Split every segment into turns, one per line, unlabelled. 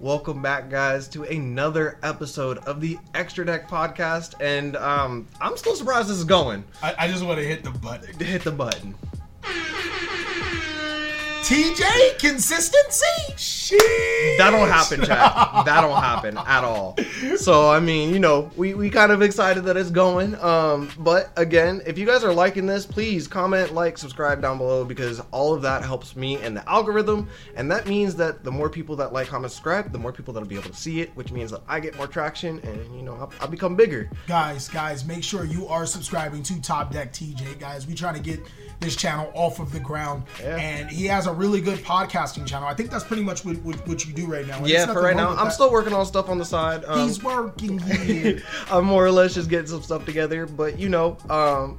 Welcome back, guys, to another episode of the Extra Deck Podcast, and um, I'm still surprised this is going.
I, I just want to hit the button.
Hit the button.
TJ consistency. Shit.
That don't happen, Chad. That don't happen at all. So I mean, you know, we, we kind of excited that it's going. Um, but again, if you guys are liking this, please comment, like, subscribe down below because all of that helps me and the algorithm, and that means that the more people that like, comment, subscribe, the more people that'll be able to see it, which means that I get more traction and you know I, I become bigger.
Guys, guys, make sure you are subscribing to Top Deck TJ. Guys, we trying to get this channel off of the ground,
Yeah.
and he has a really good podcasting channel. I think that's pretty much what, what, what you do right now. and there's
Yeah, for
nothing
right
wrong
now,
with
I'm
that.
still working on stuff on the side. Um,
He's working here.
I'm more or less just getting some stuff together, but you know, um,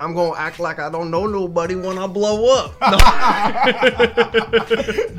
I'm gonna act like I don't know nobody when I blow up.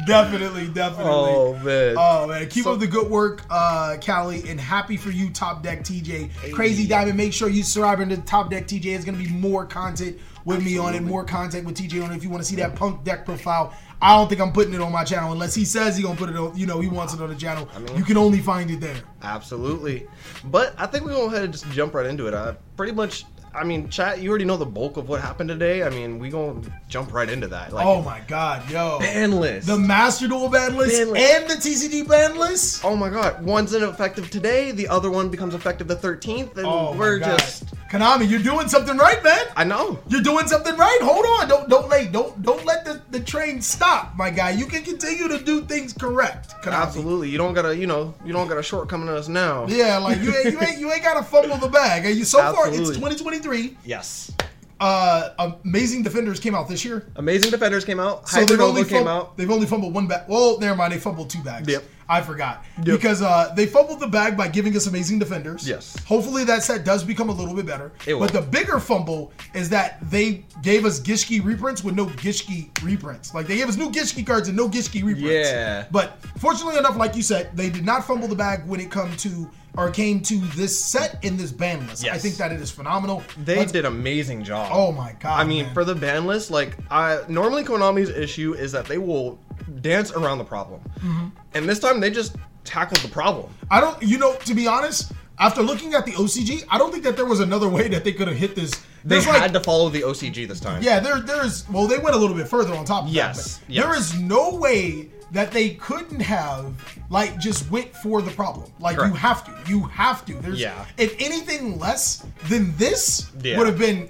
definitely, definitely.
oh man,
Oh man, keep
So-
up the good work, uh, Callie, and happy for you, Top Deck TJ. Crazy Diamond, make sure you subscribe to Top Deck TJ. It's gonna be more content with me on it, more content with TJ on it. If you want to see that Punk Deck profile, I don't think I'm putting it on my channel unless he says he gonna put it on. You know, he wants it on the channel. you can only find it there.
absolutely. But I think we're gonna go ahead and just jump right into it. I pretty much, I mean, chat. You already know the bulk of what happened today. I mean, we gonna jump right into that. Like,
Oh my God, yo,
ban list.
the Master Duel ban list
Ban list.
and the TCG ban list.
oh my god, one's ineffective today. The other one becomes effective the 13th, and
Oh my
we're
God.
just.
Konami, you're doing something right, man.
I know.
You're doing something right. Hold on. Don't don't lay. Don't don't let the, the train stop, my guy. You can continue to do things correct. Konami.
Absolutely. You don't gotta, you know, you don't got a shortcoming on us now.
Yeah, like you ain't you ain't you ain't gotta fumble the bag. And you so far
Absolutely.
it's 2023.
Yes.
Uh, Amazing Defenders came out this year.
Amazing Defenders came out.
So
Hyper
they've only
Nova came
fum-
out.
They've only fumbled one bag. Well, never mind. They fumbled two bags.
Yep.
I forgot
Yep.
because uh, they fumbled the bag by giving us amazing defenders.
Yes.
Hopefully that set does become a little bit better.
It will.
But the bigger fumble is that they gave us Gishki reprints with no Gishki reprints. Like they gave us new Gishki cards and no Gishki reprints.
Yeah.
But fortunately enough, like you said, they did not fumble the bag when it come to or came to this set in this ban list. I
Yes.
think that it is phenomenal.
They
Let's-
did amazing job.
Oh my god.
I mean,
man.
for the ban list, like I normally Konami's issue is that they will dance around the problem,
Mm-hmm.
and this time they just tackled the problem.
I don't, you know, to be honest, after looking at the OCG, I don't think that there was another way that they could have hit this.
They
There's
had
like,
to follow the OCG this time.
yeah, there, there is. Well, they went a little bit further on top. Of
Yes,
that, but
yes.
there is no way that they couldn't have like just went for the problem. Like
Correct.
you have to, you have to. There's,
Yeah.
If anything less than this
Yeah.
would have been.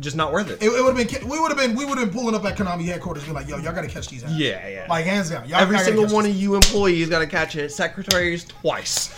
just not worth it.
It, would have been. We would have been. We would have been pulling up at Konami headquarters, and be like, "Yo, y'all gotta catch these." Hands.
Yeah, yeah.
Like hands down, y'all,
Every
y'all gotta
single
catch
one
these.
of you employees got to catch it. Secretaries twice.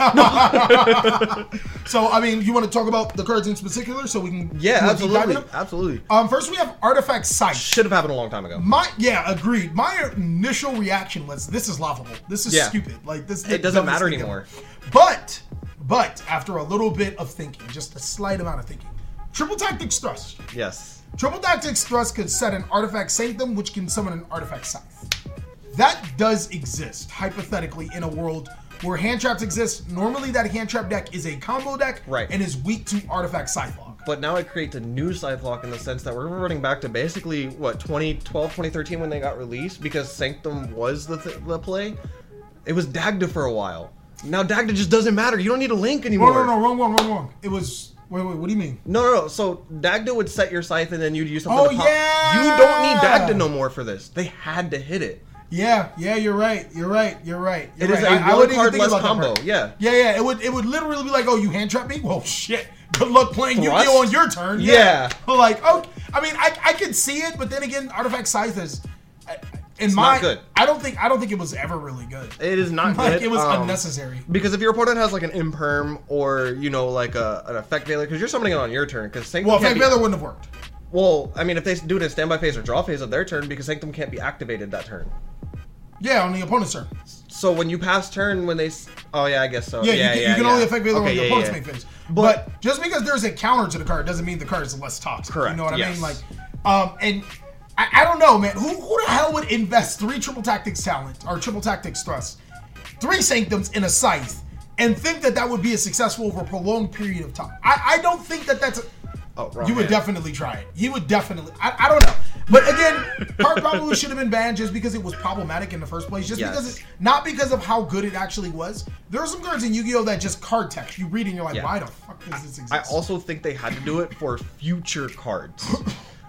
So, I mean, you want to talk about the cards in particular, so we can
yeah,
do a deep dive in
absolutely,
them?
absolutely.
Um, first we have Artifact Sight.
Should have happened a long time ago.
My yeah, agreed. My initial reaction was this is laughable. This is
Yeah.
stupid. Like this.
It doesn't matter
thing
anymore.
ever. But but after a little bit of thinking, just a slight amount of thinking, Triple Tactics Thrust.
Yes.
Triple Tactics Thrust could set an Artifact Sanctum, which can summon an Artifact Scythe. That does exist, hypothetically, in a world where hand traps exist. Normally, that hand trap deck is a combo deck
Right.
and is weak to Artifact Scythe Lock.
But now it creates a new Psyflock in the sense that we're running back to basically what 2012, 2013 when they got released because Sanctum was the, th- the play. It was Dagda for a while. Now Dagda just doesn't matter. You don't need a link
No,
anymore.
no, no, wrong, wrong, wrong, wrong. It was. Wait, wait, what do you mean?
No, no, no. So Dagda would set your scythe and then you'd use something
Oh,
to pop.
yeah!
You don't need Dagda no more for this. They had to hit it.
Yeah, yeah, you're right. You're right. You're right. You're
It is
right.
a
I- I
one
wouldn't even
card
think
less
about that
combo,
part.
yeah.
Yeah, yeah. It would it would literally be like, oh, you hand trap me? Well, shit. Good luck playing Yu
Thrust?
Gi Oh on your turn.
Yeah.
But like, oh, I mean, I, I could see it, but then again, Artifact Scythe is, I- in my,
not good.
I don't think I don't think it was ever really good.
It is not
like
good.
it was
um,
unnecessary.
Because if your opponent has like an imperm or you know like a, an effect veiler, because you're summoning it on your turn, because Sanctum
Well,
can't
Effect
be
Baylor wouldn't have worked.
Well, I mean, if they do it in standby phase or draw phase of their turn, because Sanctum can't be activated that turn.
Yeah, on the opponent's turn.
So when you pass turn, when they, s- oh yeah, I guess so.
Yeah, you can, you can only affect Baylor
Okay,
when your
yeah,
opponent's
yeah.
main phase. But,
But-
just because there's a counter to the card doesn't mean the card is less toxic. You
Correct,
know what I
yes.
mean? Like, um, and I, I don't know, man. Who who the hell would invest three triple tactics talent or triple tactics thrust, three sanctums in a scythe, and think that that would be as successful over a prolonged period of time? I, I don't think that that's. A,
Oh, wrong
you would
hand.
definitely try it. You would definitely. I, I don't know. But again, Park probably should have been banned just because it was problematic in the first place. Just
Yes.
because it's not because of how good it actually was. There are some cards in Yu-Gi-Oh that just card text. You read and you're like,
Yeah.
why the fuck does this exist?
I also think they had to do it for future cards.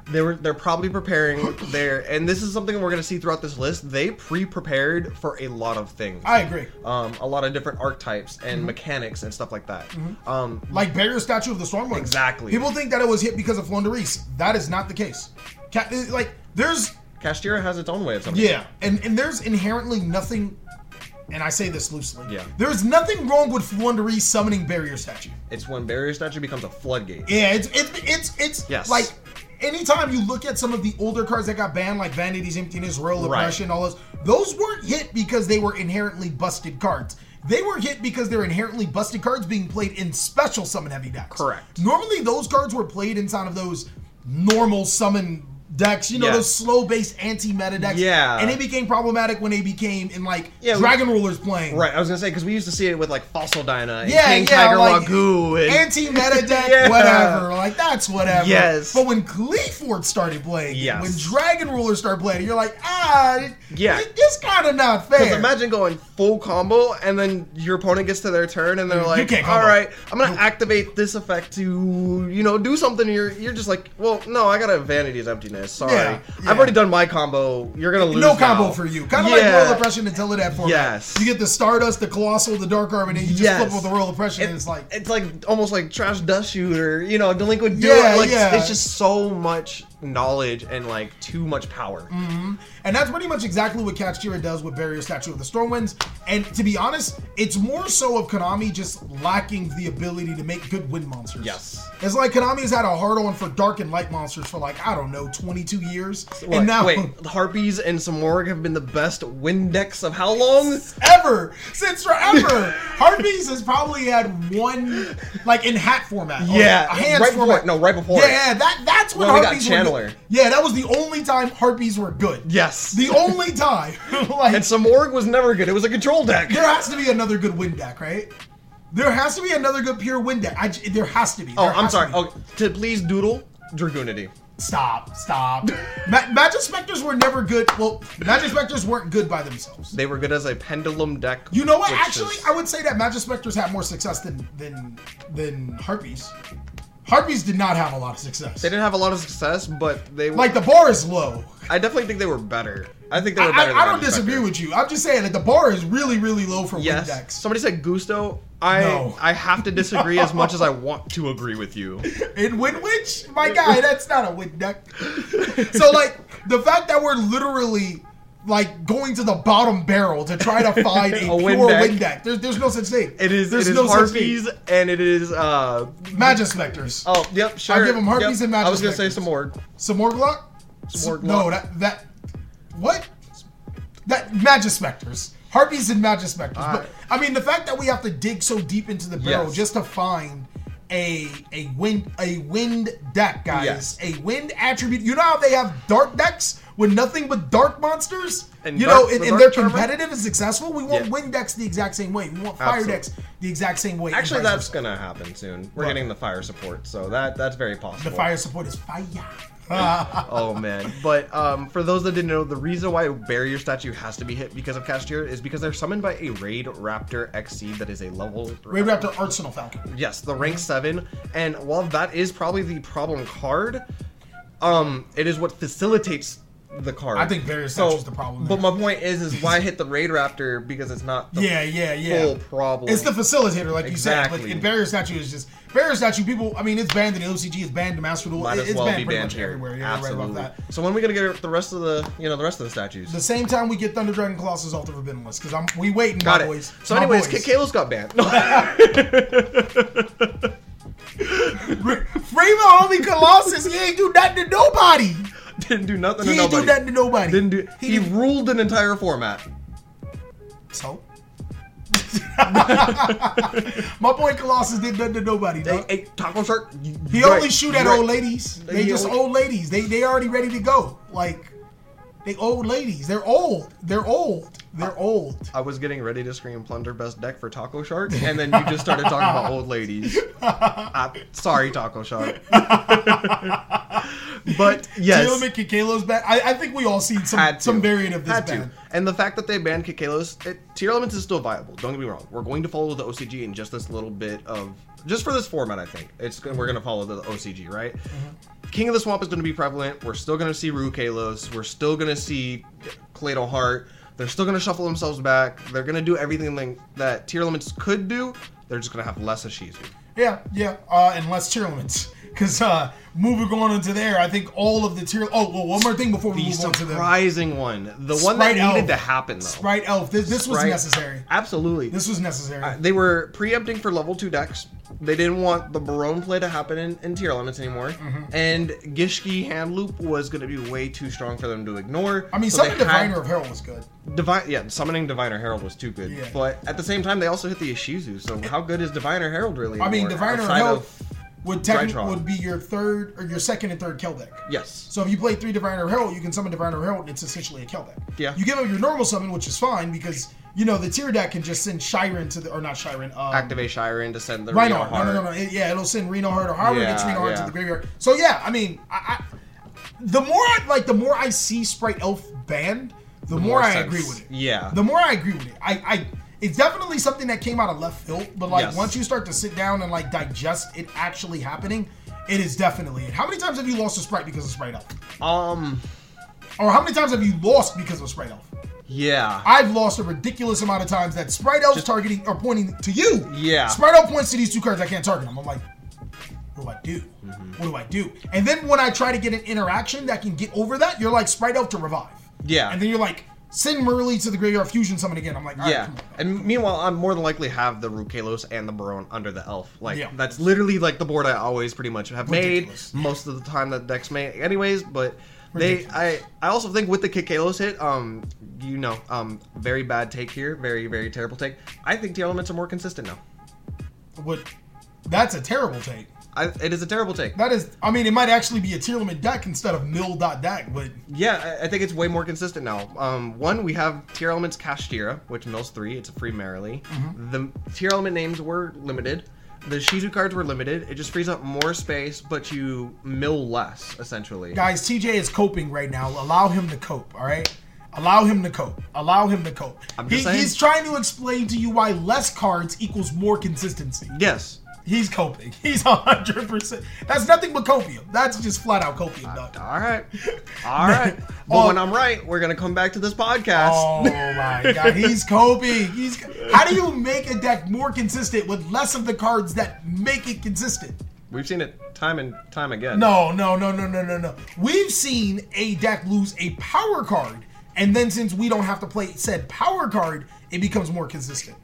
They were they're probably preparing their and this is something we're gonna see throughout this list. They pre-prepared for a lot of things.
I Mm-hmm. agree.
um, a lot of different archetypes and mechanics and stuff like that.
Mm-hmm.
Um,
Like Barrier Statue of the Stormlord.
Exactly.
People think that it was hit because of Flonderis. That is not the case. Ca- Like there's
Castira has its own way of something.
Yeah, and and there's inherently nothing, and I say this loosely.
Yeah.
there's nothing wrong with Wondery summoning barrier statue.
It's when barrier statue becomes a floodgate.
Yeah, it's it's it's it's
Yes.
like anytime you look at some of the older cards that got banned, like Vanity's Emptiness, Royal
Right.
Oppression, all those, those weren't hit because they were inherently busted cards. They were hit because they're inherently busted cards being played in special summon heavy decks.
Correct.
Normally, those cards were played inside of those normal summon decks. You know,
Yes.
those slow based anti meta decks.
Yeah.
And it became problematic when they became in like
Yeah, we-
Dragon Rulers playing.
Right, I was gonna say because we used to see it with like Fossil Dyna and
Yeah,
King
yeah,
Tiger
like,
Wagyu and
anti-meta deck,
Yeah.
whatever. Like that's whatever.
Yes.
But when Gleeford started playing, it,
Yes.
when Dragon Ruler started playing, it, you're like, ah, it-
Yeah.
it- it's kind of not fair.
Because imagine going full combo and then your opponent gets to their turn and they're like,
can't
"All
combo."
right, I'm gonna activate this effect to you know do something." And you're you're just like, "Well, no, I got a vanity's emptiness. Sorry,
Yeah, yeah.
I've already done my combo. You're gonna lose."
no combo
now."
for you. Kind of
Yeah.
like Royal Oppression until Tilted at format.
Yes.
You get the Stardust, the Colossal, the Dark Arm, and then you just
Yes.
flip with the Royal Oppression, and
It-
it's like,
it's like almost like trash dust shooter, you know, delinquent dude.
Yeah,
like,
yeah.
It's just so much knowledge and like too much power.
and that's pretty much exactly what Katshira does with Barrier Statue of the Stormwinds. And to be honest, it's more so of Konami just lacking the ability to make good wind monsters.
Yes.
It's like Konami has had a hard on for dark and light monsters for like I don't know 22 years,
Like,
and now
wait, the harpies and Samorg have been the best wind decks of how long?
ever since forever, Harpies has probably had one like in hat format. or
Yeah,
a hands
right before-
format.
no, right before
Yeah,
it.
yeah, that that's when
When we got
Harpies Were
Chandler.
good. Yeah, that was the only time Harpies were good.
Yes.
the only time. like
And Samorg was never good. It was a control deck.
there has to be another good wind deck, right? There has to be another good pure wind deck. I j there has to be.
Oh,
There
I'm
has to
sorry.
be.
Oh, to please doodle Dragoonity.
Stop, stop. Ma- Magic Spectres were never good. Well, Magic Spectres weren't good by themselves.
They were good as a pendulum deck.
You know what?
which
Actually,
is-
I would say that Magic Spectres had more success than than than Harpies. Harpies did not have a lot of success.
they didn't have a lot of success, but they were.
Like the bar is low.
I definitely think they were better. I think they
I,
were better.
I, I don't disagree with you. I'm just saying that the bar is really, really low for
Yes.
wind decks.
Somebody said Gusto. I
No.
I have to disagree as much as I want to agree with you.
In Wind Witch? My guy, that's not a wind deck. so like the fact that we're literally like going to the bottom barrel to try to find a,
A
pure
wind
wind
deck.
deck. There's, there's no such thing.
It is
there's
it is
such thing.
harpies and it is uh
Magic Spectres.
oh yep sure
give 'em harpies
Yep.
and magic
I was gonna say
spectres.
some more.
Some more Glock?
Some more
No,
Glock.
that that what? That Magic Spectres. Harpies and Magic Spectres. but
right.
I mean the fact that we have to dig so deep into the barrel
Yes.
just to find a a wind a wind deck, guys.
Yes.
A wind attribute. You know how they have dark decks with nothing but dark monsters?
And
you
dark-
know, and,
the
and
dark
they're
charmer?
competitive and successful. We want
Yeah.
wind decks the exact same way. We want fire
Absolutely.
decks the exact same way. and
Actually,
vice
that's
versa.
gonna happen soon. We're
What?
getting the fire support, so that that's very possible.
the fire support is fire.
oh man! But um, for those that didn't know, the reason why barrier statue has to be hit because of Castier is because they're summoned by a raid raptor XC that is a level
Raid Raptor Arsenal Falcon.
Yes, the rank seven. And while that is probably the problem card, um, it is what facilitates the card.
I think Barrier Statue's the problem
But my point is, is why hit the raid raptor because it's not the
yeah, yeah, yeah.
full problem.
It's the facilitator, like you said.
Exactly.
But in Barrier Statue is just Barrier Statue. People, I mean, it's banned in OCG. It's banned in Master Duel.
might
it-
as
it's
well
banned
be
pretty
banned
much
here.
everywhere. You're not right
Absolutely.
about that.
So when are we gonna get the rest of the you know the rest of the statues?
The same time we get Thunder Dragon Colossus Altar Forbidden List because I'm we waiting,
Got
my
it.
boys.
So,
My
anyways,
boys.
Kid Kalos got banned.
free my homie Colossus. He ain't do nothing to nobody.
Didn't do nothing.
He
to
ain't do
nobody.
nothing to nobody.
Didn't do.
He
He,
did-
ruled an entire format.
So. my boy Colossus did nothing to nobody.
Hey,
dog.
hey, Taco Shark. you-
He
you're
only
right.
shoot
You're
at
right.
old ladies. They
He
just
only-
old ladies. They they already ready to go. Like they old ladies. They're old. They're old. They're old.
I was getting ready to scream plunder best deck for Taco Shark, and then you just started talking about old ladies. i sorry, Taco Shark. But yes,
Taylor and Kikalos bad. I, I think we all seen some,
Had to.
some variant of this
Had to.
bad.
And the fact that they banned Kikalos, it, tier elements is still viable. Don't get me wrong. We're going to follow the OCG in just this little bit of just for this format. I think it's we're going to follow the OCG, right?
Mm-hmm.
King of the Swamp is going to be prevalent. We're still going to see Rue Kalos. We're still going to see Claydol Hart. They're still going to shuffle themselves back. They're going to do everything like- that tier elements could do. They're just going to have less Ashizu.
Yeah, yeah, uh, and less tier limits. Because uh, moving on into there, I think all of the tier. Oh, well, one more thing before we
The
move on to the
surprising one, the one that
Sprite Elf.
needed to happen though.
Sprite Elf. This, this was
Sprite-
necessary.
Absolutely.
This was necessary.
they were preempting for level two decks. They didn't want the Barone play to happen in, in tier limits anymore.
Mm-hmm.
And Gishki Hand Loop was going to be way too strong for them to ignore.
I mean,
so
something
they had-
Diviner of Herald was good.
Divine, yeah, summoning Diviner Herald was too good.
Yeah.
But at the same time, they also hit the Ishizu. So how good is Diviner Herald really?
I mean,
anymore
Diviner of
outside
Herald
of-
would technically
Drytron.
would be your third or your second and third kill deck.
yes,
So if you play three Diviner of Herald, you can summon Diviner of Herald. It's essentially a kill deck.
Yeah.
You give up your normal summon, which is fine because you know the tier deck can just send Shiren to the or not Shiren. Um,
activate Shiren to send the Rhino
Reinhardt.
Heart.
No, no, no, no. It- yeah, it'll send Reno Hart or Howard gets
Yeah,
Reno Hart to
yeah.
the graveyard. So yeah, I mean, I, I the more I like, the more I see Sprite Elf banned, the, more,
more
I
sense.
agree with it.
Yeah.
the more I agree with it. I, I, it's definitely something that came out of left field, but like
Yes.
once you start to sit down and like digest it actually happening, it is definitely it. How many times have you lost a Sprite because of Sprite Elf,
Um,
or how many times have you lost because of Sprite Elf?
yeah.
I've lost a ridiculous amount of times that Sprite Elf's targeting or pointing to you.
Yeah.
Sprite Elf points to these two cards. I can't target them. I'm like, what do I do?
Mm-hmm.
What do I do? And then when I try to get an interaction that can get over that, you're like Sprite Elf to revive.
Yeah.
And then you're like, send Merly to the graveyard fusion summon again. I'm like, all right,
yeah,
come on.
and meanwhile, I'm more than likely have the Rukalos and the Barone under the Elf. Like
Yeah.
that's literally like the board I always pretty much have
Ridiculous.
made most of the time that decks made, anyways. But they,
Ridiculous.
I, I also think with the Kikalos hit, um, you know, um, very bad take here, very very terrible take. I think the elements are more consistent now.
What? That's a terrible take.
I, it is a terrible take.
That is, I mean, it might actually be a tier limit deck instead of nil dot deck, but
Yeah, I, I think it's way more consistent now. Um, one, we have tier elements Kashtira, which mills three. It's a free Merrily.
Mm-hmm.
The tier element names were limited. The Shizu cards were limited. It just frees up more space, but you mill less, essentially.
guys, TJ is coping right now. Allow him to cope, all right? Allow him to cope. Allow him to cope.
I'm just
He-
saying.
He's trying to explain to you why less cards equals more consistency.
Yes.
He's coping. He's 100%. That's nothing but copium. That's just flat out copium, dog.
All right. All right. But
Oh.
when I'm right, we're going to come back to this podcast.
Oh my god, he's coping. He's How do you make a deck more consistent with less of the cards that make it consistent?
We've seen it time and time again.
No, no, no, no, no, no, no. We've seen a deck lose a power card, and then since we don't have to play said power card, it becomes more consistent.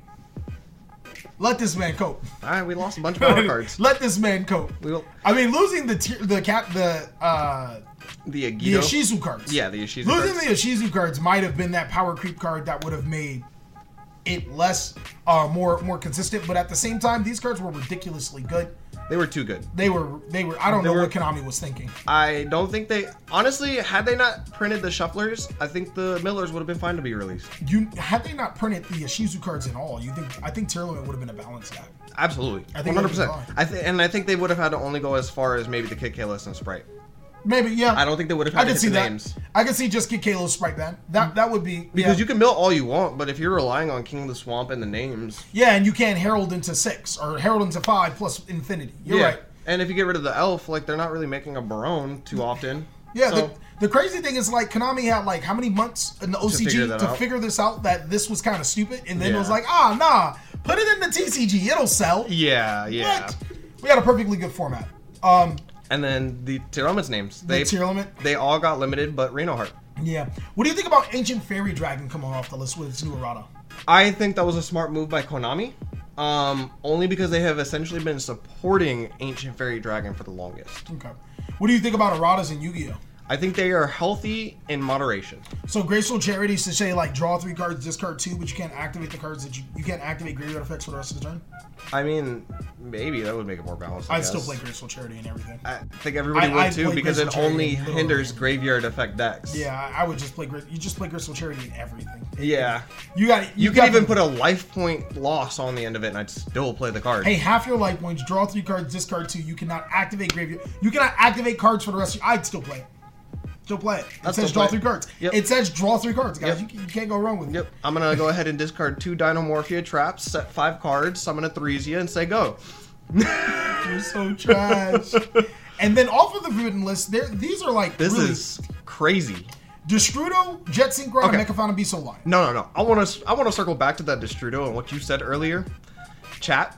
Let this man cope.
All right, we lost a bunch of power cards.
Let this man cope.
We will-
I mean, losing the tier, the cap, the uh,
The
the
Agido.
Ishizu cards.
Yeah, the Ishizu
losing
cards.
the Ishizu cards might have been that power creep card that would have made it less, uh, more more consistent. But at the same time, these cards were ridiculously good.
They were too good.
They were, they were. I don't know
were-
what Konami was thinking.
I don't think they honestly had they not printed the shufflers, I think the Millers would have been fine to be released.
You had they not printed the Yashizu cards at all, you think I think tier limit would have been a balance guy.
Absolutely,
I
one
think it
hundred
would be
percent.
fine.
I th- and I think they would have had to only go as far as maybe the Kid Kalos and Sprite.
Maybe yeah.
I don't think they would have had
I
to
could
hit
see
the
that.
names
I could see just get Kalo's Sprite ban. That that would be
because
yeah.
you can mill all you want, but if you're relying on King of the Swamp and the names,
yeah, and you can't Herald into six or Herald into five plus Infinity. You're
yeah.
right.
And if you get rid of the Elf, like they're not really making a Barone too often.
Yeah.
so,
The, the crazy thing is like Konami had like how many months in the OCG to
figure
figure,
that out.
this out that this was kind of stupid, and then it
Yeah.
was like ah nah, put it in the TCG, it'll sell.
yeah, yeah.
What? We got a perfectly good format. Um,
And then the tier elements names
the
they
tier limit.
they all got limited, but Reno Heart.
Yeah. What do you think about Ancient Fairy Dragon coming off the list with its new errata?
I think that was a smart move by Konami. Um, only because they have essentially been supporting Ancient Fairy Dragon for the longest.
Okay. What do you think about erratas in Yu Gi Oh?
I think they are healthy in moderation.
So graceful charities to say like draw three cards, discard two, but you can't activate the cards that you, you can't activate graveyard effects for the rest of the turn.
I mean, maybe that would make it more balanced. I
I'd still
guess.
play graceful charity and everything.
I think everybody
I-
would
I'd
too
play
because it
Crystal Chariot
only
in the middle
hinders
of the
graveyard effect decks.
yeah, I, I would just play Gra- you just play graceful charity in everything.
Yeah.
You got
You could even put a life point loss on the end of it and I'd still play the card.
Hey, half your life points, draw three cards, discard two. You cannot activate graveyard. You cannot activate cards for the rest of your I'd still play it. Still play it. It
I'd
says
still
draw
play
three
it.
cards.
Yep.
It says draw three cards, guys.
Yep.
You, you can't go wrong with it.
Yep. I'm gonna go ahead and discard two Dinomorphia traps, set five cards, summon a Theresia, and say go.
You're so trash. and then off of the forbidden list, there these are like
This
really
is crazy.
Destrudo, Jet Synchron,
Okay.
Mechafauna, Be So Lion.
No, no, no. I want to. I want to circle back to that Destrudo and what you said earlier, chat.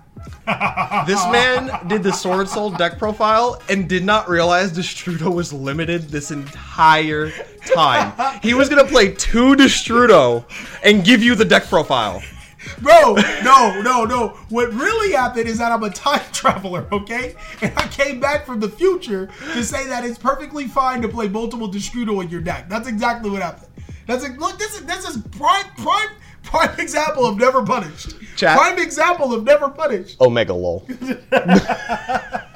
this man did the Sword Soul deck profile and did not realize Destrudo was limited this entire time. He was gonna play two Destrudo and give you the deck profile.
Bro, no, no, no. What really happened is that I'm a time traveler, okay? And I came back from the future to say that it's perfectly fine to play multiple Destrudo in your deck. That's exactly what happened. That's a, look. This is this is prime prime prime example of never punished.
Chat.
Prime example of never punished.
Omega lol.
Yeah, I,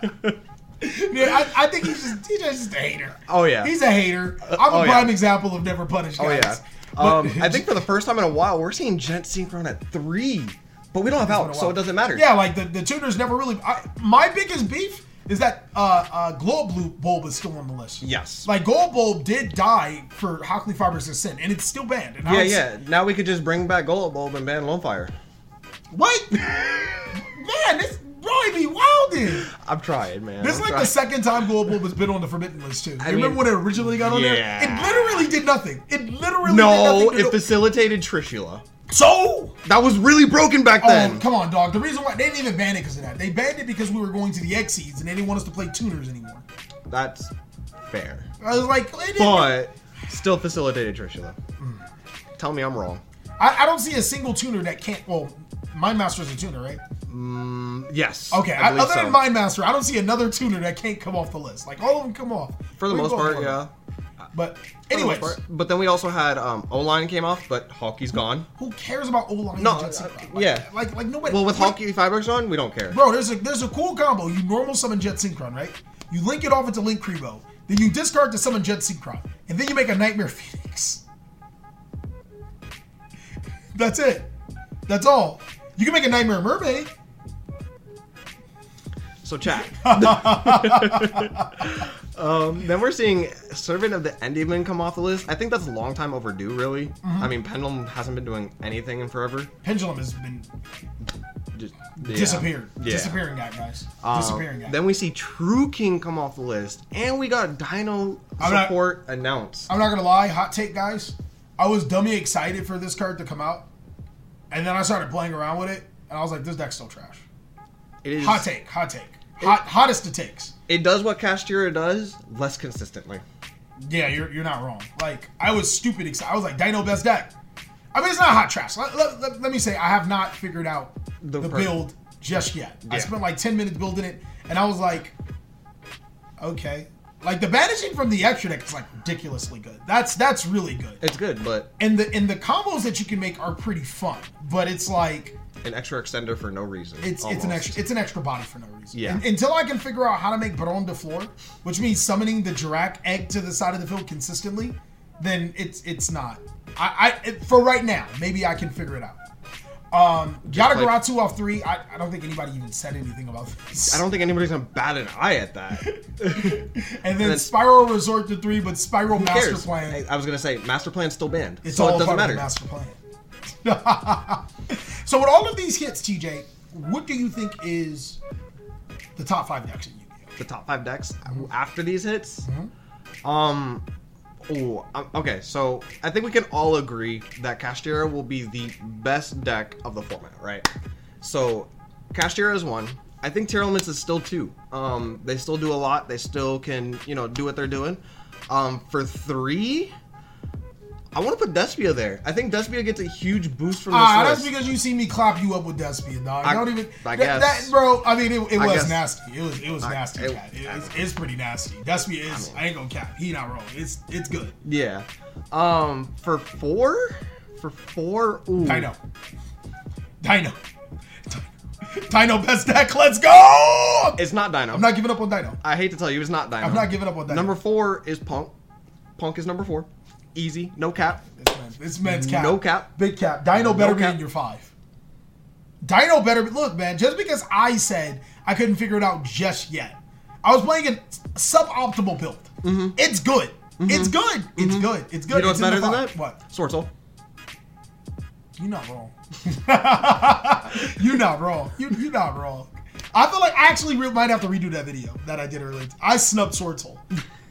I think he's just he's just a hater.
Oh, yeah.
he's a hater. I'm
oh,
a
yeah.
prime example of never punished.
Oh
Guys.
yeah. Um, I think for the first time in a while, we're seeing Gent Synchron at three, but we don't have out, so it doesn't matter.
Yeah, like the, the tuners never really. I, my biggest beef is that uh, uh, Glow Blue Bulb is still on the list.
Yes.
Like Gold Bulb did die for Hockley Fibers of Sin, and it's still banned. And I
yeah,
was-
yeah. Now we could just bring back Golub Bulb and ban Lonefire.
What? Man, this bro, he be wilding.
I'm trying, man.
This is
I'm
like
trying.
the second time Gold Bulb has been on the forbidden list too. You remember
mean,
when it originally got on
yeah.
there? It literally did nothing. It literally did
No,
nothing to
it
do-
facilitated Trishula.
so.
That was really broken back
Oh,
then.
come on, dog. The reason why they didn't even ban it because of that. They banned it because we were going to the X seeds and they didn't want us to play tuners anymore.
That's fair.
I was like, they didn't-
But still facilitated Trishula. Tell me I'm wrong.
I, I don't see a single tuner that can't. Well, Mind Master's a tuner, right?
Yes.
Okay, I
believe
other
so.
than Mind Master, I don't see another tuner that can't come off the list. Like all of them come off
For the
We
most
both
part,
love
yeah.
them. But
For the most
anyways,
part. But then we also had um, O line came off, but Hockey's gone.
who cares about O line?
No,
and Jet
uh,
Synchron? Like,
yeah.
Like like nobody.
Well, with
like,
Hockey Fiber's on, we don't care.
Bro, there's a there's a cool combo. You normal summon Jet Synchron, right? You link it off into Link Kribo. Then you discard to summon Jet Synchron. And then you make a Nightmare Phoenix. That's it. That's all. You can make a Nightmare Mermaid.
So chat. um, then we're seeing Servant of the Endymion come off the list. I think that's a long time overdue, really.
Mm-hmm.
I mean, Pendulum hasn't been doing anything in forever.
Pendulum has been
Just yeah.
disappeared.
Yeah.
Disappearing guy, guys.
Um,
Disappearing guy.
Then we see True King come off the list, and we got Dino
I'm not-
support announced.
I'm not gonna lie, hot take guys. I was dummy excited for this card to come out. And then I started playing around with it, and I was like, this deck's still trash.
It is
Hot take, hot take. Hot hottest of takes.
It does what Castira does less consistently.
Yeah, you're, you're not wrong. Like, I was stupid excited. I was like, Dino best deck. I mean, it's not hot trash. Let, let, let, let me say, I have not figured out
The
the,
per-
build just yet. I
Yeah.
spent like 10 minutes building it, and I was like, okay. Like, the banishing from the extra deck is like ridiculously good. That's that's really good.
It's good, but
And the and the combos that you can make are pretty fun, but it's like
an extra extender for no reason.
it's it's an
almost.
extra it's an extra body for no reason.
Yeah.
Un- until I can figure out how to make Baron de Flor, which means summoning the Jurak egg to the side of the field consistently, then it's it's not. I, I it- for right now, maybe I can figure it out. Um, Yadagaratsu off three. I, I don't think anybody even said anything about this.
I don't think anybody's gonna bat an eye at that.
and then
then-
Spiral Resort to three, but Spiral
Who
Master
cares?
Plan.
I, I was gonna say master plan's still banned,
It's
so
all
it doesn't
part
matter.
of the master plan. so with all of these hits, TJ, what do you think is the top five decks in Yu-Gi-Oh?
the top five decks
Mm-hmm.
after these hits. Um, oh, okay. So I think we can all agree that Castira will be the best deck of the format, right? So Castira is one. I think Tier Elements is still two. Um, they still do a lot. They still can, you know, do what they're doing. Um, for three, I want to put Despia there. I think Despia gets a huge boost from this
Ah,
list.
that's because you see me clap you up with Despia, dog.
I-
I, don't even.
I
that-
guess.
that, bro. I mean, it, it
I
was
guess.
nasty. It was it was
I-
nasty.
it-
cat. It- it's, it's pretty nasty. Despia is. I, ain't gonna cap. He not wrong. It's it's good.
yeah. Um, for four, for four. Ooh,
Dino. Dino. Dino best deck. Let's go.
It's not Dino.
I'm not giving up on Dino.
I hate to tell you, it's not Dino.
I'm not giving up on Dino.
Number four is Punk. Punk is number four. Easy, no cap.
It's men's, it's men's cap.
No cap.
Big cap. Dino better be
cap.
in your five. Dino better be. Look, man, just because I said I couldn't figure it out just yet, I was playing a suboptimal build. It's good. It's good. It's good. It's
Mm-hmm.
good.
You know what's
it's in
better
the
than
five.
that?
What?
Sortel.
You're not wrong. you're not wrong. You, you're not wrong. I feel like I actually re- might have to redo that video that I did earlier. I snubbed Sortel.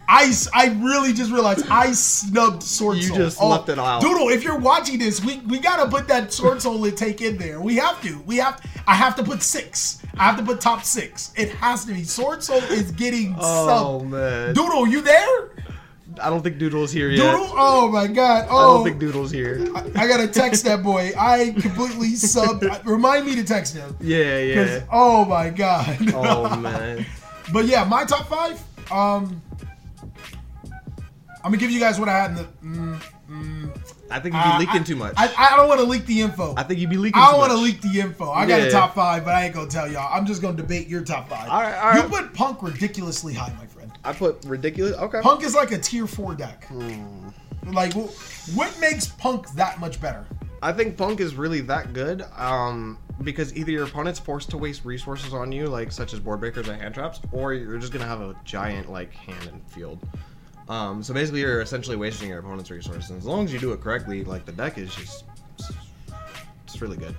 I, s- I really just realized I snubbed Sortel.
You just left it out.
Doodle, if you're watching this, we, we gotta put that Sortel take in there. We have to. We have. I have to put six. I have to put top six. It has to be. Sortel is getting
Oh
subbed.
man,
Doodle, you there?
I don't think Doodle's here yet.
Doodle? Oh my god.
I
Oh.
don't think Doodle's here.
I gotta text that boy. I completely subbed. Remind me to text him.
Yeah,
'Cause,
yeah.
Oh my god.
Oh man.
But yeah, my top five. Um, I'm gonna give you guys what I had in the. Mm, mm,
I think you'd be
uh,
leaking
I-
too much.
I,
I,
I don't want to leak the info. I,
think you'd be leaking.
I
too
don't want to
much.
leak the info. I got
Yeah.
a top five, but I ain't gonna tell y'all. I'm just gonna debate your top five.
All right, all right.
You put Punk ridiculously high, my friend.
I put ridiculous. Okay.
Punk is like a tier four deck.
Hmm.
Like, wh- what makes Punk that much better?
I think Punk is really that good um, because either your opponent's forced to waste resources on you, like such as board breakers and hand traps, or you're just gonna have a giant like hand and field. Um, so basically, you're essentially wasting your opponent's resources. And as long as you do it correctly, like the deck is just it's really good.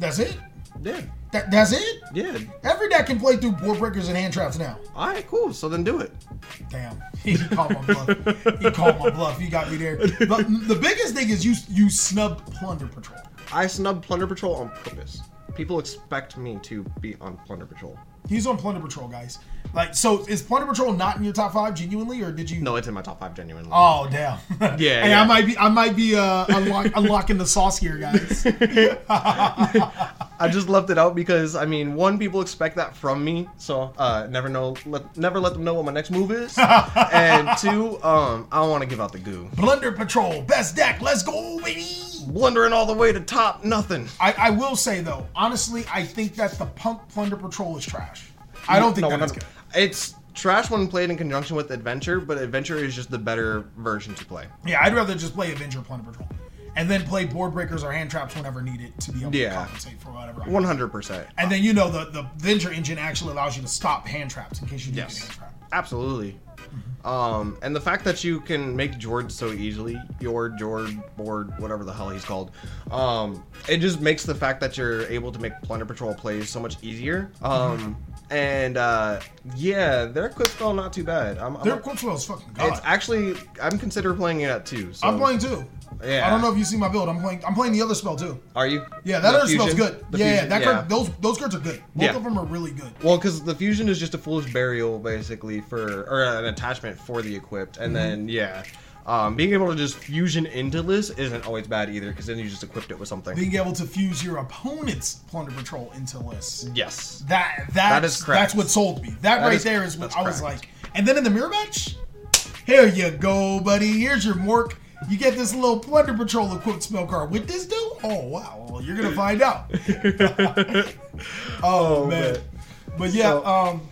That's it.
Yeah,
That, that's it.
yeah.
Every deck can play through board breakers and hand traps now.
All right, cool. So then do it.
Damn, he called my bluff. He called my bluff. You got me there. But the biggest thing is you you snubbed Plunder Patrol.
I snubbed Plunder Patrol on purpose. People expect me to be on Plunder Patrol.
He's on Plunder Patrol, guys. Like, so is Plunder Patrol not in your top five genuinely, or did you?
No, it's in my top five genuinely.
Oh damn.
Yeah,
hey,
yeah.
I might be I might be uh, unlock, unlocking the sauce here, guys.
I just left it out because I mean, one people expect that from me, so uh, never know, let, never let them know what my next move is, and two, um, I don't want to give out the goo.
Plunder Patrol, best deck. Let's go, baby.
Blundering all the way to top, nothing.
I, I will say though, honestly, I think that the Punk Plunder Patrol is trash. I don't think
No,
that's
no,
good.
It's trash when played in conjunction with Adventure, but Adventure is just the better version to play.
Yeah, I'd rather just play Avenger Plunder Patrol. And then play board breakers or hand traps whenever needed to be able
Yeah.
to compensate for whatever. I
One hundred percent.
And then you know the, the Venture engine actually allows you to stop hand traps in case you do
Yes.
get hand trap.
Absolutely. Um, and the fact that you can make George so easily, your George board, whatever the hell he's called, um, it just makes the fact that you're able to make Plunder Patrol plays so much easier. Um, and uh, yeah, their equip spell not too bad. I'm, I'm-
Their equip spell is fucking god.
it's actually I'm consider playing it at two. So
I'm playing too.
Yeah.
I don't know if you see my build. I'm playing I'm playing the other spell too.
Are you?
Yeah, that
The
other spell's
fusion?
good.
The
yeah, yeah,
fusion,
that Card, those those cards are good. Both
Yeah.
of them are really good.
Well, because the fusion is just a foolish burial, basically, for or an attachment for the equipped, and
Mm-hmm.
then yeah, um, being able to just fusion into this isn't always bad either, because then you just equipped it with something.
Being able to fuse your opponent's plunder patrol into lists.
yes,
That that's,
is correct.
that's what sold me. That, right
is-
there is what
that's
I was
correct.
like. And then in the mirror match, here you go, buddy. Here's your Mork. You get this little Plunder Patrol equipped spell card with this dude. Oh wow, well, you're gonna find out. oh, man.
man.
but yeah,
So-
um,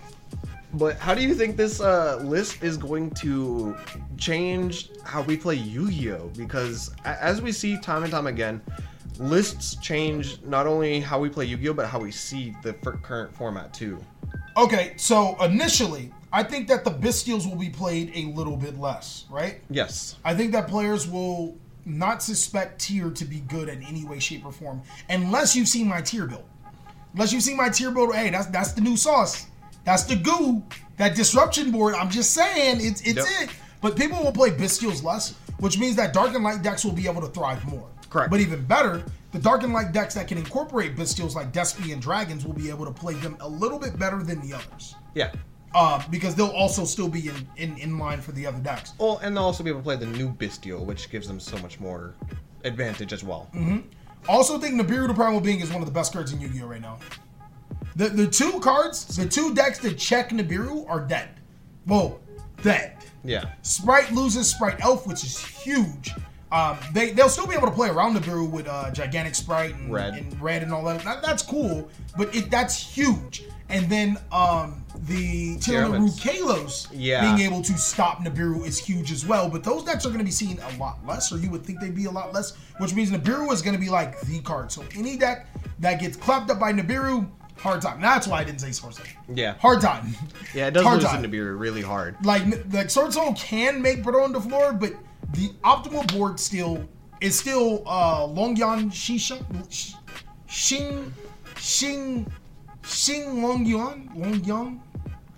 but how do you think this uh, list is going to change how we play Yu-Gi-Oh? Because a- as we see time and time again, lists change not only how we play Yu-Gi-Oh, but how we see the fir- current format too.
okay. So initially, I think that the Bestials will be played a little bit less, right?
Yes,
I think that players will not suspect tier to be good in any way, shape, or form, unless you've seen my tier build. Unless you've seen my tier build, hey, that's that's the new sauce. That's the goo. That disruption board. I'm just saying, it's it's
Yep.
it. But people will play Bestials less, which means that dark and light decks will be able to thrive more.
Correct.
But even better, the dark and light decks that can incorporate Bestials like Despy and Dragons will be able to play them a little bit better than the others.
yeah,
uh, because they'll also still be in, in, in line for the other decks.
Well, and they'll also be able to play the new Bestial, which gives them so much more advantage as well.
Mm-hmm. Also, think Nibiru the Primal Being is one of the best cards in Yu Gi Oh right now. The the two cards, the two decks that check Nibiru are dead. Well, dead.
Yeah.
Sprite loses Sprite Elf, which is huge. Um, they they'll still be able to play around Nibiru with uh, gigantic Sprite and
Red.
and red and all that. that that's cool, but it that's huge. And then um, the Taylor
Germans.
Kalos
Yeah.
being able to stop Nibiru is huge as well. But those decks are going to be seen a lot less, or you would think they'd be a lot less, which means Nibiru is going to be like the card. So any deck that gets clapped up by Nibiru, hard time. That's why I didn't say Sword Zone.
Yeah.
Hard time.
Yeah, it does
Hard
lose
time.
to Nibiru really hard.
Like, like Sword Zone can make Burrow on the floor, but the optimal board still is still uh, Longyan Shishan. Sh- Shing. Shing. Shing Longyan? Longyan?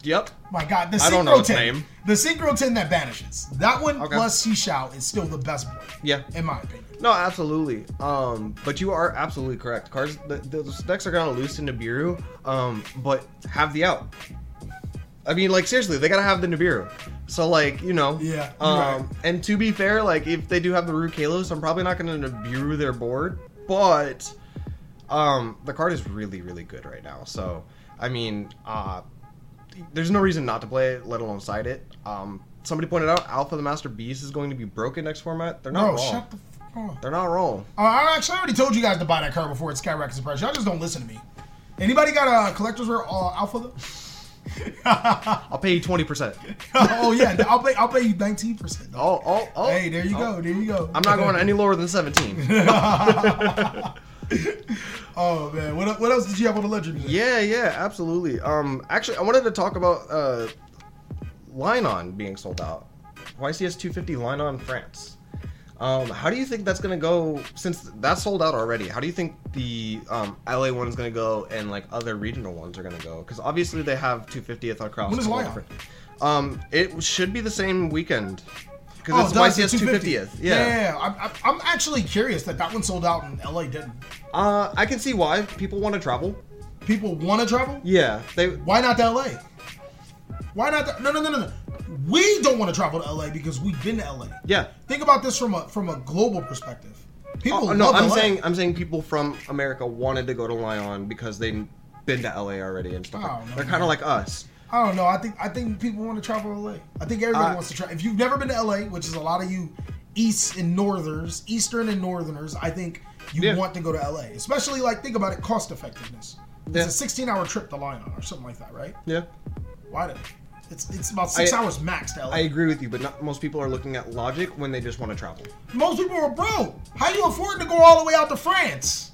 Yep.
My God, the
I don't
Synchro
know its
10.
name.
The Synchro 10 that banishes. That one
Okay.
plus Sea Shao is still the best board,
Yeah.
in my opinion.
No, absolutely. Um, but you are absolutely correct. Cards, the, those decks are gonna lose to Nibiru. Um, but have the out. I mean, like seriously, they gotta have the Nibiru. So like, you know.
Yeah, you're
Um,
right.
and to be fair, like if they do have the Rue Kalos, I'm probably not gonna Nibiru their board, but um, the card is really, really good right now. So I mean, uh, there's no reason not to play it, let alone side it. Um, somebody pointed out Alpha the Master Beast is going to be broken next format. They're not
Bro,
wrong.
shut the fuck up.
They're not wrong.
Uh, I actually already told you guys to buy that card before it's skyrockets in price. Y'all just don't listen to me. Anybody got a collector's rare uh, alpha? Though?
I'll pay you twenty percent.
oh yeah, I'll pay. I'll pay you nineteen percent.
Oh, oh, oh.
Hey, there you
Oh.
go. There you go.
I'm not going any lower than seventeen.
Oh man, what, what else did you have on the ledger? today?
yeah, yeah, absolutely. Um, actually, I wanted to talk about uh, Linon being sold out. YCS 250 Linon France. Um, how do you think that's gonna go? Since that's sold out already, how do you think the um, LA one's gonna go and like other regional ones are gonna go? Because obviously they have 250th across.
When is
the whole
Lyon?
different- Um, it should be the same weekend because
Oh,
it's
that's the
YCS 250th.
Yeah, yeah, yeah. I'm, I'm- I'm actually curious that that one sold out and LA didn't.
Uh, I can see why people want to travel.
People want to travel.
Yeah, they.
Why not to LA? Why not? The, no, no, no, no, no. We don't want to travel to LA because we've been to LA.
Yeah. Uh,
Think about this from a from a global perspective. People
Oh, no,
love
I'm
LA.
saying I'm saying people from America wanted to go to Lyon because they've been to LA already and stuff.
Oh,
like-
no,
They're kind of like us.
I don't know. I think I think people want to travel to LA. I think everybody
Uh,
wants to travel. If you've never been to LA, which is a lot of you east and northerners, eastern and northerners, I think you
Yeah.
want to go to LA. Especially like think about it cost effectiveness. It's
Yeah.
a 16-hour trip to Lyon or something like that, right?
Yeah,
Why did it's it's about six
I-
hours max to LA.
I agree with you, but not most people are looking at logic when they just want to travel.
Most people are broke. How you afford to go all the way out to France?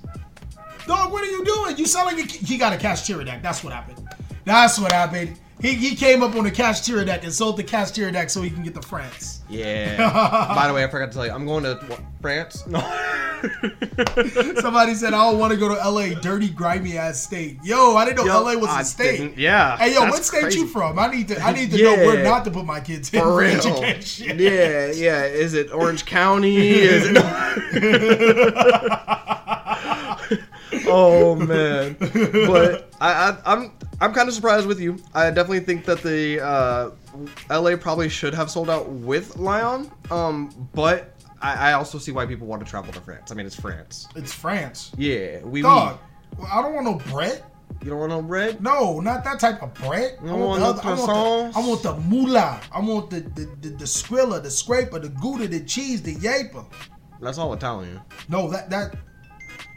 Dog, what are you doing? You sound like a, he got a cash tier deck. That's what happened. That's what happened. He, he came up on a cash tier deck and sold the cash tier deck so he can get to France.
Yeah. By the way, I forgot to tell you, I'm going to what, France. No.
Somebody said, I don't want to go to LA, dirty, grimy ass state. Yo, I didn't know
Yo,
LA was a
I
state.
didn't- yeah,
Hey, yo,
that's
what state
crazy.
you from? I need to I need to know
Yeah.
where not to put my kids in
For real.
education.
Yeah, yeah. Is it Orange County? Is it? oh man, but I, I, I'm I'm kind of surprised with you. I definitely think that the uh, LA probably should have sold out with Lyon, um, but I, I also see why people want to travel to France. I mean, it's France.
It's France.
Yeah, we. Oui,
Dog, well, I don't want no bread.
You don't want no bread?
No, not that type of bread. I
don't
want,
want
the
no
other, I, want the, I
croissants?
want the moolah. I want the the, the, the squilla, the scraper, the gouda, the cheese, the yaper.
That's all Italian.
No, that that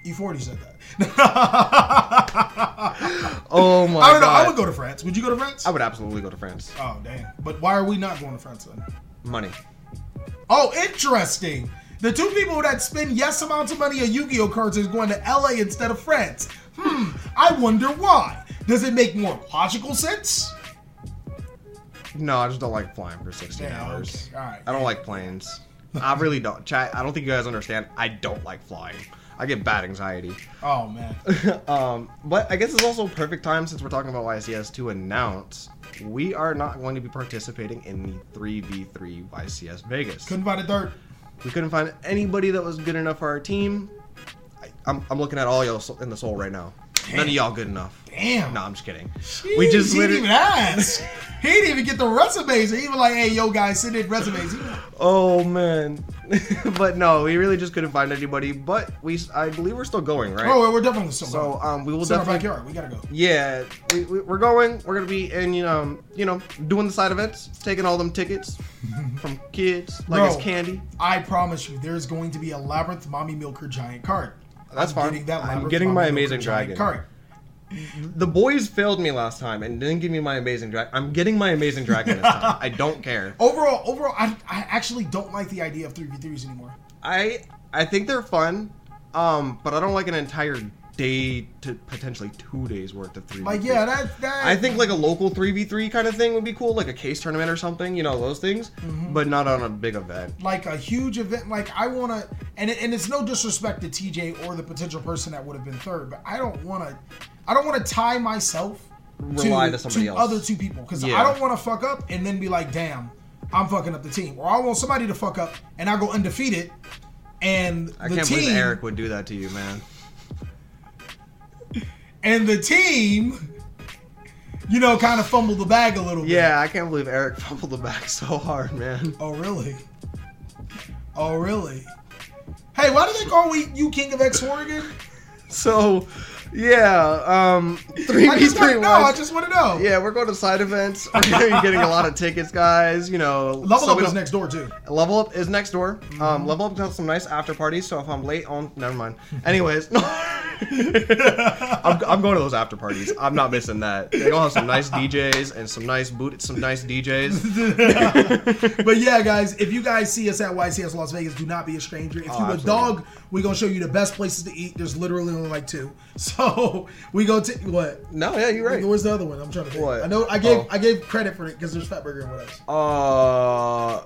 E40 said that.
Oh my
I don't know.
god.
I would go to France. Would you go to France?
I would absolutely go to France.
Oh damn! But why are we not going to France then?
Money.
Oh, interesting. The two people that spend yes amounts of money on Yu-Gi-Oh cards is going to LA instead of France. Hmm. I wonder why. Does it make more logical sense?
No, I just don't like flying for 16
Yeah,
hours.
okay, alright.
I don't like planes. I really don't. Chat, I don't think you guys understand. I don't like flying. I get bad anxiety.
Oh man.
um, but I guess it's also a perfect time since we're talking about YCS to announce we are not going to be participating in the 3v3 YCS Vegas.
Couldn't buy the dirt.
we couldn't find anybody that was good enough for our team. I, I'm, I'm looking at all y'all so- in the soul right now. None of y'all good enough.
Damn.
No, I'm just kidding. we just
he didn't
literally.
even ask. He didn't even get the resumes. He was like, "Hey, yo, guys, send in resumes." He was like,
Oh man. but no, we really just couldn't find anybody. But we, I believe we're still going, right?
Oh, we're definitely still
so um, we will
it's in our
definitely.
backyard. We gotta go.
Yeah, we, we, we're going. We're gonna be in, you know, um, you know, doing the side events, taking all them tickets from kids like
Bro.
it's candy.
I promise you, there's going to be a labyrinth mommy milker giant card.
That's
I'm
fine.
getting that
I'm
Labyrinth
getting my
Mommy Milker
Amazing Dragon.
Giant card.
The boys failed me last time and didn't give me my amazing dragon. I'm getting my amazing dragon this time. I don't care.
Overall, overall, I, I actually don't like the idea of three v threes anymore.
I I think they're fun, um, but I don't like an entire day to potentially two days worth of three.
Like, yeah, that that.
I think like a local three v three kind of thing would be cool, like a case tournament or something. You know those things,
Mm-hmm.
but not on a big event.
like a huge event. Like I want to, and it, and it's no disrespect to TJ or the potential person that would have been third, but I don't want to, I don't want to tie myself
Rely to somebody else.
other two people because
Yeah.
I don't want to fuck up and then be like, damn, I'm fucking up the team, or I want somebody to fuck up and I go undefeated, and
I
the
can't
team
believe Eric would do that to you, man.
and the team, you know, kind of fumbled the bag a little. bit.
Yeah, I can't believe Eric fumbled the back so hard, man.
Oh really? Oh really? Hey, why do they call we you King of X Four again?
So, yeah, um, three
I
v
just want
three
to know. I just want to know.
Yeah, we're going to side events. We're gonna be getting a lot of tickets, guys. You know,
Level
so
Up
we
is
don't-
next door too.
Level up is next door. Um, level up has some nice after parties. So if I'm late on, never mind. Anyways, no. I'm, I'm going to those after parties. I'm not missing that. They're gonna have some nice DJs and some nice boot, some nice DJs.
But yeah, guys, if you guys see us at YCS Las Vegas, do not be a stranger. If you're a
Oh, absolutely.
dog, we're gonna show you the best places to eat. There's literally only like two. So we go to what?
No, yeah, you're right.
Where's the other one? I'm trying to think.
What?
I know I gave
Oh.
I gave credit for it because there's Fatburger and what else?
Uh,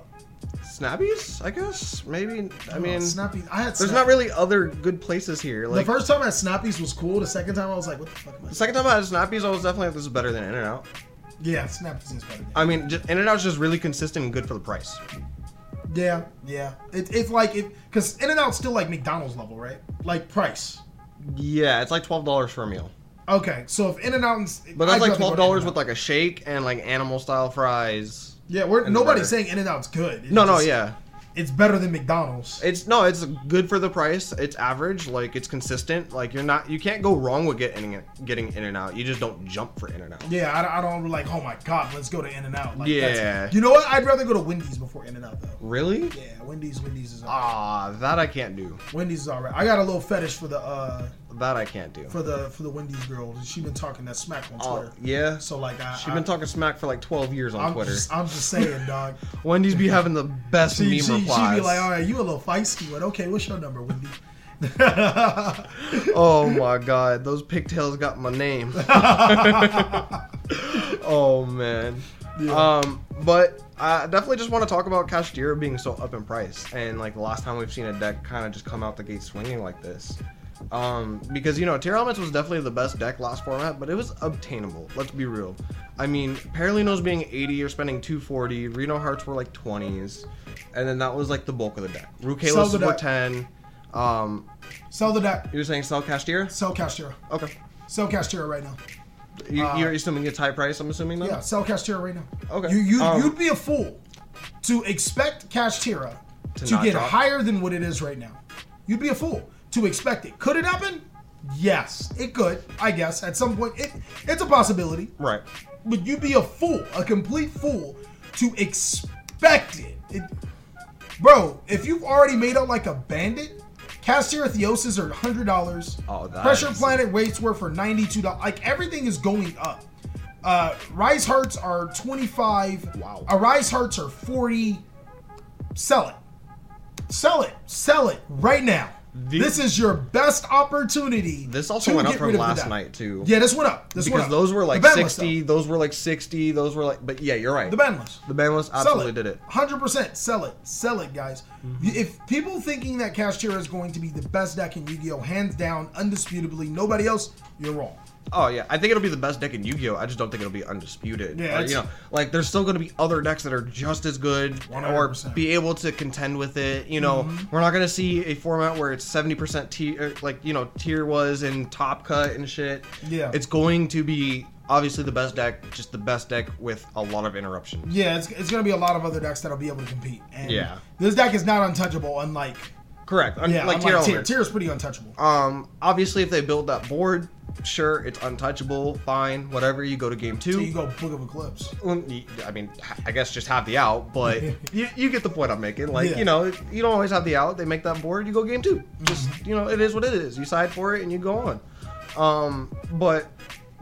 Snappies, I guess. Maybe. I mean,
oh, Snappy. I had
there's
Snappy.
not really other good places here.
the
Like
first time at Snappy's was cool. The second time I was like, what the fuck am I?
the second time I had Snappies, I was definitely like, this is better than In and Out.
Yeah, Snappy's is better. Than
I mean, In and Out's just really consistent and good for the price.
yeah, yeah. It, it's like it because In and Out's still like McDonald's level, right? Like price.
Yeah, it's like twelve dollars for a meal.
Okay, so if In and Out,
But that's like twelve dollars with like a shake and like animal style fries.
Yeah, we're
the
nobody's
burger.
saying In and Out's good. It's
No, no,
just-
yeah.
it's better than McDonald's.
It's no, it's good for the price. It's average, like it's consistent. Like you're not, you can't go wrong with getting getting In and Out. You just don't jump for In and Out.
yeah, I, I don't like. Oh my god, let's go to In and Out. Like,
Yeah.
that's, you know what? I'd rather go to Wendy's before In and Out though.
Really?
Yeah, Wendy's, Wendy's is all
Ah, that I can't do.
Wendy's is alright. I got a little fetish for the uh
That I can't do.
for the for the Wendy's girl. She been talking that smack on
Oh,
Twitter.
yeah.
So like, I,
She's been talking smack for like 12 years on
I'm
Twitter.
Just, I'm just saying, dog.
Wendy's be having the best
She,
meme
she, she be
replies.
like, all right, you a little feisty, but okay, what's your number, Wendy?
oh my god, those pigtails got my name. oh man. Um, but I definitely just want to talk about Cashdira being so up in price, and like the last time we've seen a deck kind of just come out the gate swinging like this. Um, because you know, Tier Elements was definitely the best deck last format, but it was obtainable. Let's be real. I mean, Paralinos being 80, you're spending 240. Reno Hearts were like 20s, and then that was like the bulk of the deck.
Sell
Rukalos
the
were
deck.
10. Um,
Sell the deck.
you were saying sell Cashdira?
Sell Castro.
Okay.
Sell Castro right now.
You,
Uh,
you're assuming it's high price. I'm assuming though.
Yeah, sell Cashtira right now.
Okay.
You you
Um,
you'd be a fool to expect Cashtira to,
not
get
drop.
higher than what it is right now. You'd be a fool to expect it. Could it happen? Yes, it could. I guess at some point it it's a possibility.
Right.
But you'd be a fool, a complete fool, to expect it. it bro, if you've already made out like a bandit, Castor Theosis are hundred dollars.
Oh, that
Pressure
is-
Planet weights were for ninety two dollars. Like everything is going up. Uh, Rise Hearts are twenty five.
Wow.
Uh, Rise Hearts are forty. Sell it. Sell it. Sell it right now.
The-
this is your best opportunity.
This also
to
went up
get
from
rid of the
last
debt.
night too.
Yeah, this went up. This went
Because
up.
those were
The
like
ban list,
sixty. Those were like sixty. Those were like. But yeah, you're right.
though. The ban list.
The ban list
Sell
absolutely
it.
did it. Mm-hmm.
100% sell it. Sell it, guys. You- If people thinking that Cash is going to be the best deck in Yu Gi Oh! hands down, undisputably, nobody else, you're wrong.
Oh yeah, I think it'll be the best deck in Yu-Gi-Oh. I just don't think it'll be undisputed.
Yeah,
Or,
it's-
you know, like there's still going to be other decks that are just as good or
100%.
be able to contend with it. You know,
Mm-hmm.
we're not going to see a format where it's 70% tier, uh, like you know, tier was and top cut and shit.
Yeah.
it's going to be obviously the best deck, just the best deck with a lot of interruption.
Yeah, it's, it's going to be a lot of other decks that'll be able to compete. And
Yeah.
This deck is not untouchable, unlike
Correct. Un-
yeah,
like
unlike
tier
tier.
elements.
Tier is pretty untouchable.
Um, obviously, if they build that board, sure, it's untouchable. Fine, whatever. You go to game two.
So you go Book of Eclipse.
Well, y- I mean, I guess just have the out, but you, you get the point I'm making. Like,
Yeah. Mm-hmm.
you know, you don't always have the out. They make that board, you go game two. Just, you know, it is what it is. You side for it and you go on. Um, but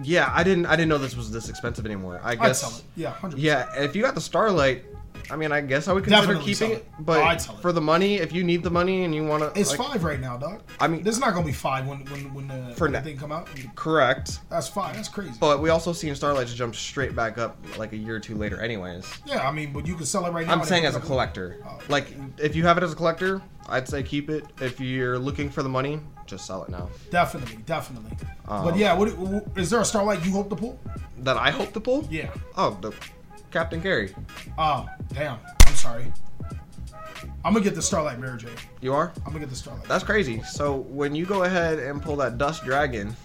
yeah, I didn't, I didn't know this was this expensive anymore. I
I'd sell
guess,
it. Yeah, 100%.
yeah. If you got the starlight, I mean, I guess I would consider
Definitely
keeping
sell
it.
it.
But
Oh, I'd sell it.
for the money, if you need the money and you want to,
It's five right now, dog.
I mean-
there's not gonna be five when when when the,
For
when the
now.
thing come out.
correct.
That's five. That's crazy.
But we also seen starlight just jump straight back up like a year or two later, anyways.
yeah, I mean, but you can sell it right now.
I'm
and
saying
it
as a
comes out.
collector. Like, if you have it as a collector, I'd say keep it. If you're looking for the money, just sell it now.
Definitely, definitely.
Um,
but yeah, what, what is there a starlight you hope to pull?
That I hope to pull?
Yeah.
Oh, the Captain Gary.
Oh, damn. I'm sorry. I'm gonna get the starlight mirror, Jay.
You are?
I'm gonna get the starlight.
That's crazy. So, when you go ahead and pull that Dust Dragon,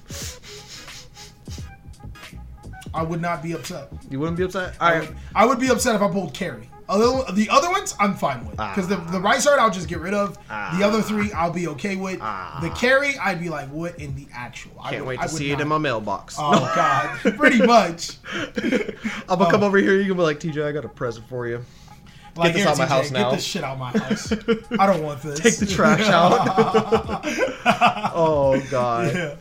I would not be upset.
you wouldn't be upset? All right.
I would be upset if I pulled carry. Although the other ones, I'm fine with
Ah.
because the the rice art I'll just get rid of. the other three, I'll be okay with. the carry, I'd be like, what in the actual? I
Ah. Can't
would-
wait
I
to
would
see
not.
it in my mailbox.
Oh God, pretty much.
I'm gonna come over here. You can be like, TJ, I got a present for you.
Like,
this out my
here, TJ,
house now.
Get this shit out my house. I don't want this.
Take the trash out. oh god.
yeah.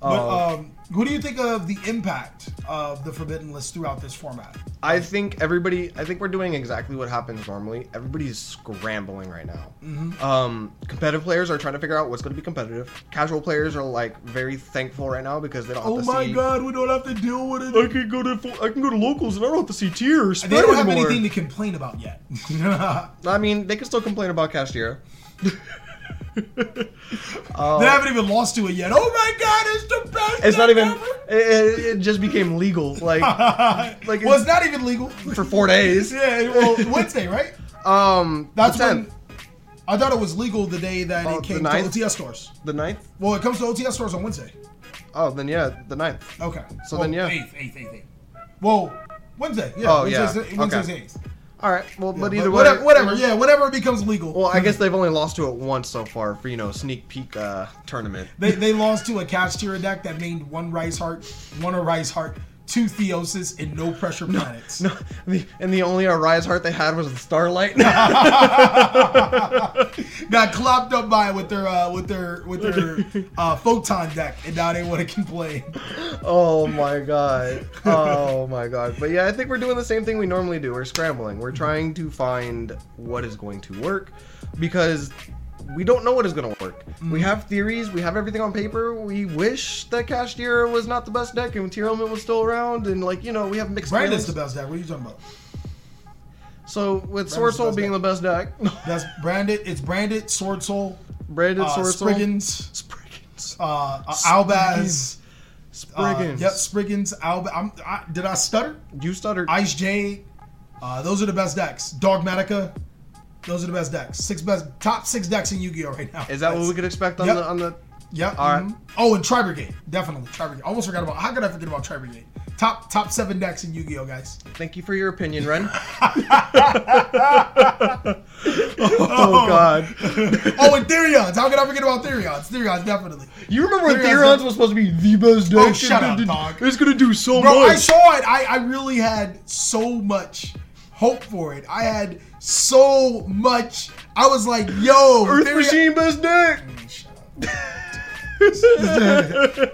But um, what do you think of the impact of the forbidden list throughout this format?
I think everybody. I think we're doing exactly what happens normally. Everybody's scrambling right now. Um, competitive players are trying to figure out what's going to be competitive. Casual players are like very thankful right now because they don't.
Oh
have to
my
see,
God, we don't have to deal with it.
I can go to full- I can go to locals and I don't have to see tiers.
They don't have anything to complain about yet.
I mean, they can still complain about Castiera.
They haven't even lost to it yet. Oh my god, it's the best.
It's not
deck
even.
ever.
It, it, it just became legal like like
well, it's not even legal.
for four days.
yeah, well, Wednesday, right?
Um,
That's
the
when.
10th,
I thought it was legal the day that
Oh,
it
the
came to
ninth?
OTS stores.
the ninth.
Well, it comes to OTS stores on Wednesday.
Oh, then yeah, the ninth.
Okay.
So
Oh,
then, yeah.
Eighth, eighth, eighth, eighth. Well, Wednesday. Yeah.
Oh, yeah.
Wednesday's,
Okay.
Wednesday's eighth.
All right. Well, but either way,
whatever, whatever. Yeah, whenever it becomes legal.
Well, I guess they've only lost to it once so far for you know sneak peek uh, tournament.
They, they lost to a cash tier deck that named one Rice Heart, one Rice Heart, two Theosis, and no pressure planets.
No, the, and the only Arise heart they had was the Starlight.
got clopped up by with their uh, with their with their uh, photon deck, and now they want to complain.
oh my god. Oh my god. But yeah, I think we're doing the same thing we normally do. We're scrambling. We're trying to find what is going to work because we don't know what is going to work.
Hmm.
We have theories. We have everything on paper. We wish that Castiera was not the best deck and Tier Element was still around. And like you know, we have mixed.
Brandon's
feelings.
the best deck. What are you talking about?
So with Sword
the
Soul
best
being
deck.
the best deck,
That's branded. It's branded Sword Soul,
Brandon
uh,
Sword Soul.
Spriggans,
Spriggins.
uh, uh, Albaz. uh,
Spriggins.
yep, Spriggans. Alba. I'm, I, did I stutter?
You stuttered.
Ice Jade. Uh, those are the best decks. Dogmatica. Those are the best decks. Six best, top six decks in Yu-Gi-Oh right now.
Is that what we could expect on
Yep.
the on the?
Yep.
All right.
mhm. Oh, and Tribrigade, definitely Tribrigade. Almost forgot about. How could I forget about Tribrigade? Top top seven decks in Yu-Gi-Oh, guys.
Thank you for your opinion, Ren. oh God!
Oh, and Therions. How could I forget about Therions? Therions, definitely.
You remember when
Theron's-
Theron's was supposed to be the best deck?
Oh, shut
It's
up,
gonna-
dog.
It's gonna do so
Bro, I
much.
saw it. I, I really had so much hope for it. I had so much. I was like, yo,
Earth
Therion-
Machine best deck.
Shut up.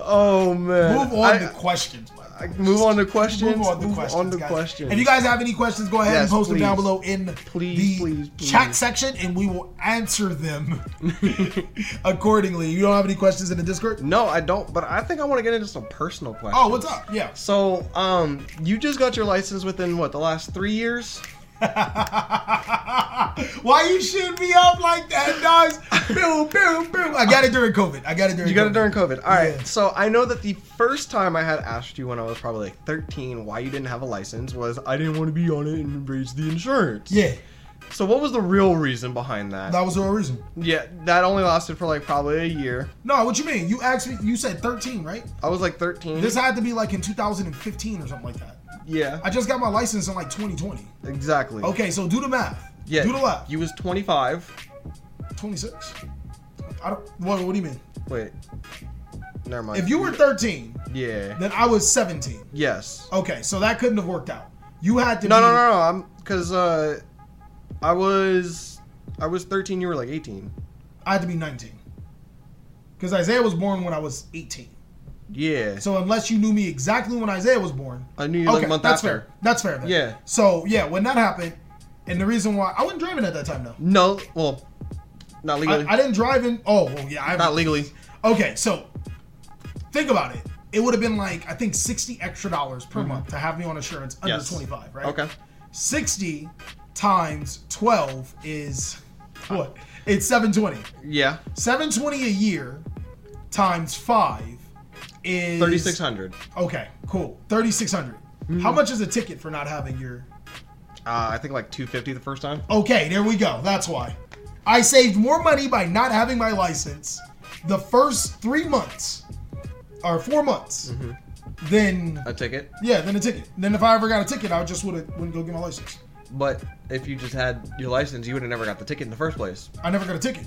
Oh man!
Move on
I-
to questions. my
I- move on to questions.
Move on to questions.
to
guys.
questions.
If you guys have any questions, go ahead and
Yes,
post them down
please.
below in
Please,
the
please, please.
chat section, and we will answer them accordingly. You don't have any questions in the Discord?
no, I don't. But I think I want to get into some personal questions.
Oh, what's up? Yeah.
So, um, you just got your license within what the last three years?
Why you shooting me up like that, dogs? pew, pew, pew. I got it during COVID. I got it during.
You got
COVID.
it during COVID. All right.
Yeah.
So I know that the first time I had asked you when I was probably like 13 why you didn't have a license was I didn't want to be on it and raise the insurance.
Yeah,
So what was the real reason behind that?
that was the real reason.
Yeah, that only lasted for like probably a year.
No, what you mean? You asked me. You said 13, right?
I was like 13.
This had to be like in 2015 or something like that.
yeah,
I just got my license in like 2020.
exactly.
Okay, so do the math.
Yeah.
Do the math.
You was 25.
26. I don't. What, what do you mean?
Wait. Never mind.
If you were 13,
Yeah.
then I was 17.
Yes.
Okay, so that couldn't have worked out. You had to.
No,
be,
no, no, no. I'm because uh, I was I was 13. You were like 18.
I had to be 19. Because Isaiah was born when I was 18.
Yeah.
So unless you knew me exactly when Isaiah was born,
I knew you like a month
that's
after.
fair. That's fair. Then.
Yeah.
So yeah, when that happened, and the reason why I wasn't driving at that time though.
No. Well, not legally.
I, I didn't drive in. Oh, well, yeah. I,
not legally.
Okay, so think about it. It would have been like I think sixty extra dollars per month to have me on insurance under
Mm-hmm. Yes.
twenty five, right?
Okay.
Sixty times twelve is what? It's seven twenty.
Yeah.
Seven twenty a year times five is
3600.
Okay, cool. Thirty six How much is a ticket for not having your?
Uh, I think like 250 the first time.
Okay, there we go. That's why I saved more money by not having my license the first three months or four months than
A ticket.
yeah than a ticket. Then if I ever got a ticket, I just would have wouldn't go get my license.
But if you just had your license, you would have never got the ticket in the first place.
I never got a ticket.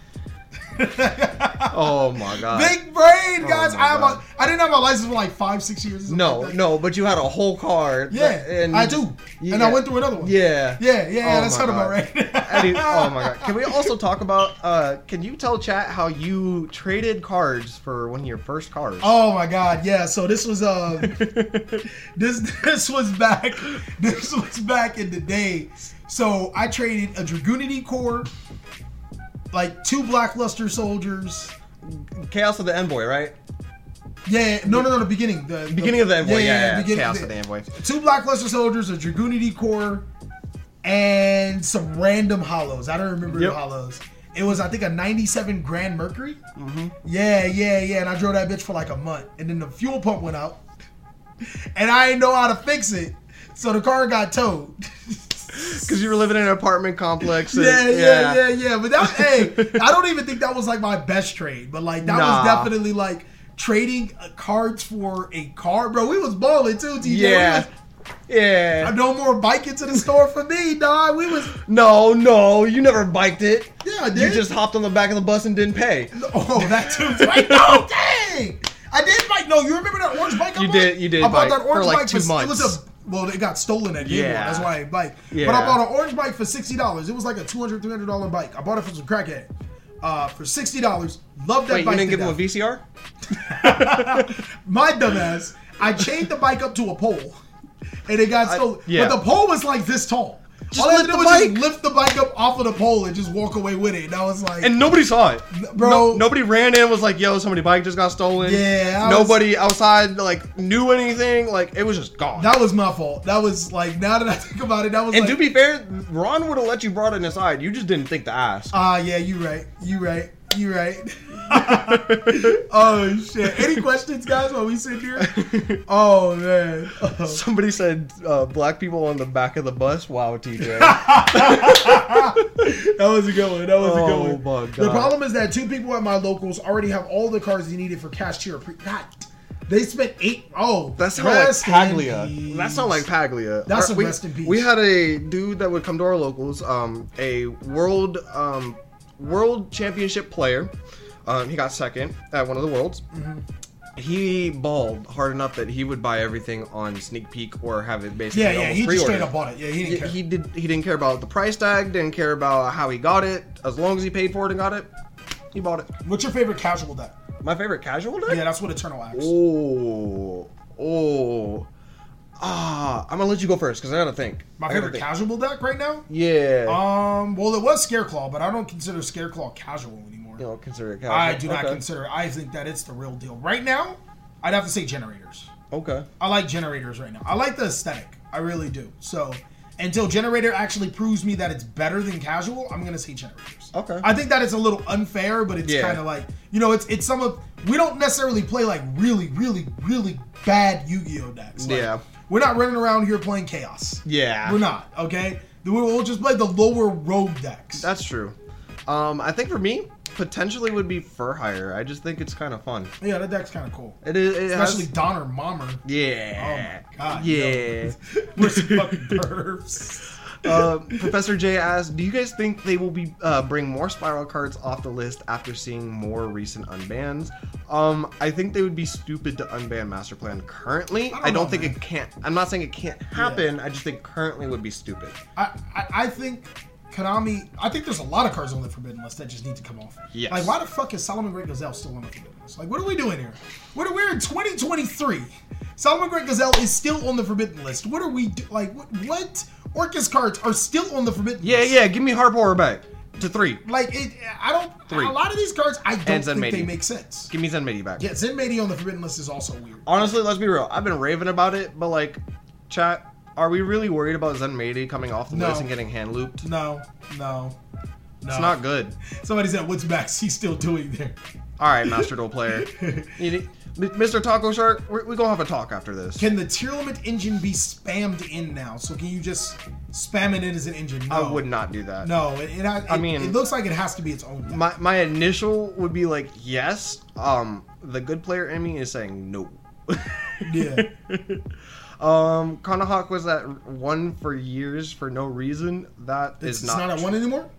Oh my god. Oh,
Big brain, guys.
my
I have
God.
a, I didn't have my license for like five six years. or something
no,
like that.
no, but you had a whole car.
Yeah,
that- and
I do, and I went through another one.
Yeah.
yeah, yeah.
Oh
that's
my
kind of about
God.
right.
Eddie, oh my god. Can we also talk about uh can you tell chat how you traded cards for one of your first cars?
Oh my god, yeah. So this was uh this this was back this was back in the day. So I traded a Dragoonity Corps, like two Blackluster soldiers.
Chaos of the Envoy, right?
Yeah, no, no, no, the beginning, the
Beginning of the Envoy, yeah, yeah, yeah.
beginning-
Chaos of the Envoy.
Two Blackluster soldiers, a Dragoonity Corps, and some random hollows. I don't remember
Yep.
the hollows. It was, I think, a 97 Grand Mercury. Mm-hmm. Yeah, yeah, yeah. And I drove that bitch for like a month. And then the fuel pump went out. And I didn't know how to fix it. So the car got towed.
Because you were living in an apartment complex. and-
yeah, yeah, yeah, yeah. But that, hey, I don't even think that was like my best trade. But like, that
Nah.
was definitely like trading uh, cards for a car. Bro, we was balling too, DJ. We
Yeah.
was
Yeah.
no more biking to the store for me, dog. We was
No, no, you never biked it.
yeah, I
You
did.
just hopped on the back of the bus and didn't pay.
oh that too. Right? No, dang. I did bike. No, you remember that orange bike? I
You
bought?
did- you did
I bought
bike
that
for
orange
like
bike
two
for, It was
months.
a well, it got stolen at Gabriel.
Yeah.
That's why I bike. But
Yeah.
I bought an orange bike for sixty dollars. It was like a 200 300 dollar bike. I bought it from some crackhead. Uh, for sixty dollars, Love that
Wait,
bike.
you didn't
to
give him a
death.
VCR?
My dumbass, I chained the bike up to a pole, and it got stolen.
yeah.
But the pole was like this tall.
Just
All I had
lift
to do
the
was
bike.
just lift the bike up off of the pole and just walk away with it. And I was like,
And nobody saw it.
bro,
No- nobody ran in and was like, yo, somebody bike just got stolen.
Yeah, I was-
nobody outside like knew anything. Like it was just gone.
that was my fault. That was like, now that I think about it, that was
and
like,
to be fair, Ron would have let you brought it inside. You just didn't think to ask.
ah, yeah, you right, you right, you right. oh shit! Any questions, guys? While we sit here? Oh man.
Somebody said uh, black people on the back of the bus. Wow, TJ.
That was a good one. That was a
Oh,
good one.
my
The
God.
problem is that two people at my locals already have all the cars they needed for cashier. Pre- God, they spent eight. Oh,
That's not like
rest in
Paglia.
peace.
That's not like Paglia.
That's
Our-
a
we,
rest in peace.
We had a dude that would come to our locals, um, a world um, world championship player. Um, he got second at one of the worlds.
Mm-hmm.
He balled hard enough that he would buy everything on sneak peek or have it basically
Yeah, yeah.
almost
He just straight
pre-ordered.
up bought it. Yeah, he didn't
Yeah,
care.
he did. He didn't care about the price tag. Didn't care about how he got it. As long as he paid for it and got it, he bought it.
What's your favorite casual deck?
My favorite casual deck.
Yeah, that's what Eternal Axe.
Oh, oh, ah! I'm gonna let you go first because I gotta think.
My
I gotta
favorite
think.
casual deck right now?
Yeah.
Um, well, it was Scareclaw, but I don't consider Scareclaw casual anymore.
you don't consider it casual.
I do not
Okay.
consider. it. I think that it's the real deal. Right now, I'd have to say generators.
Okay.
I like generators right now. I like the aesthetic. I really do. So Until Generator actually proves me that it's better than casual, I'm gonna say Generators.
Okay.
I think that it's a little unfair, but it's
Yeah.
kind of like you know, it's it's some of we don't necessarily play like really, really, really bad Yu-Gi-Oh decks. Like,
Yeah.
We're not running around here playing Chaos.
Yeah.
We're not. Okay. We'll we'll just play the lower road decks.
That's true. Um, I think for me, potentially would be Fur Hire. I just think it's kind of fun.
yeah, that deck's kind of cool.
It is. It has-
Especially Donner Mommer.
yeah.
Oh my God,
Yeah.
We're some fucking pervs.
uh, Professor J asked, "Do you guys think they will be uh, bring more spiral cards off the list after seeing more recent unbans?" Um, I think they would be stupid to unban Master Plan currently. I
don't
don't,
know,
think
man.
it can't. I'm not saying it can't happen. I just think currently would be stupid.
I, I, I think Konami. I think there's a lot of cards on the forbidden list that just need to come off.
Yes.
Like, why the fuck is Solomon Great Gazelle still on the forbidden list? Like, what are we doing here? We're, we're in 2023. Solomon Great Gazelle is still on the forbidden list. What are we do- like? What? what? Orcus cards are still on the forbidden
Yeah,
list.
yeah. Give me Harpoor back to three.
Like it, I don't.
Three.
A lot of these cards, I don't
And
think they
Zenmadi.
make sense.
Give me Zenmedi back.
Yeah, Zen Meidi on the forbidden list is also weird.
Honestly, let's be real. I've been raving about it, but like, chat. Are we really worried about Zenmedi coming off the
No.
list and getting hand looped?
No, no, no.
It's not good.
Somebody said, "What's Max? He's still doing there."
All right, Master Duel player. You need- M- Mr. Taco Shark, we're, we gonna have a talk after this.
Can the tier limit engine be spammed in now? So can you just spam it in as an engine? No,
I would not do that.
No, it, it, I mean,
mean-
it looks like it has to be its own. deck.
My my initial would be like yes. Um, the good player in me is saying no.
yeah,
um, Conahawk was at one for years for no reason. That
it's,
is
it's
not.
not at
true.
one anymore.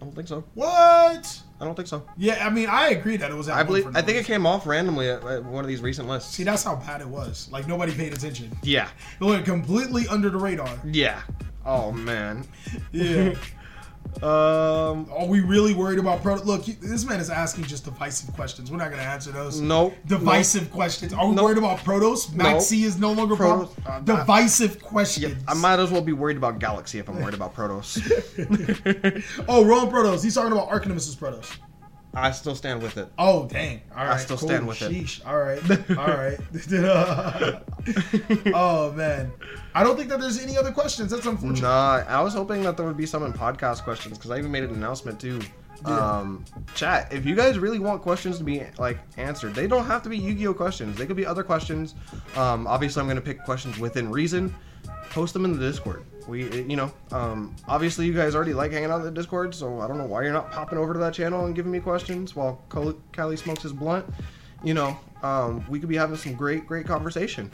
I don't think so.
What?
I don't think so.
Yeah, I mean, I agree that it was. At
I
one
believe.
for no
I think it
reason.
came off randomly at, at one of these recent lists.
See, that's how bad it was. Like nobody paid attention.
Yeah.
It went completely under the radar.
Yeah. Oh man.
Yeah.
Um.
Are we really worried about pro? Look, you- this man is asking just divisive questions. We're not going to answer those.
Nope.
Divisive questions. Are we
Nope.
worried about Protos? Maxi is no longer Protos.
Protos, uh,
divisive questions.
I might as well be worried about Galaxy if I'm worried about Protos.
oh, wrong Protos. He's talking about Archnemesis Protos.
I still stand with it.
Oh, dang. All right.
still stand with it.
Sheesh. All right. All right. oh, man. I don't think that there's any other questions. That's unfortunate.
Nah, I was hoping that there would be some in podcast questions because I even made an announcement too.
Yeah.
Um, chat, if you guys really want questions to be like answered, they don't have to be Yu-Gi-Oh questions. They could be other questions. Um, obviously, I'm gonna pick questions within reason. Post them in the Discord. We, you know, um, obviously you guys already like hanging out in the Discord, so I don't know why you're not popping over to that channel and giving me questions while Cal- Callie smokes his blunt. You know, um, we could be having some great, great conversation.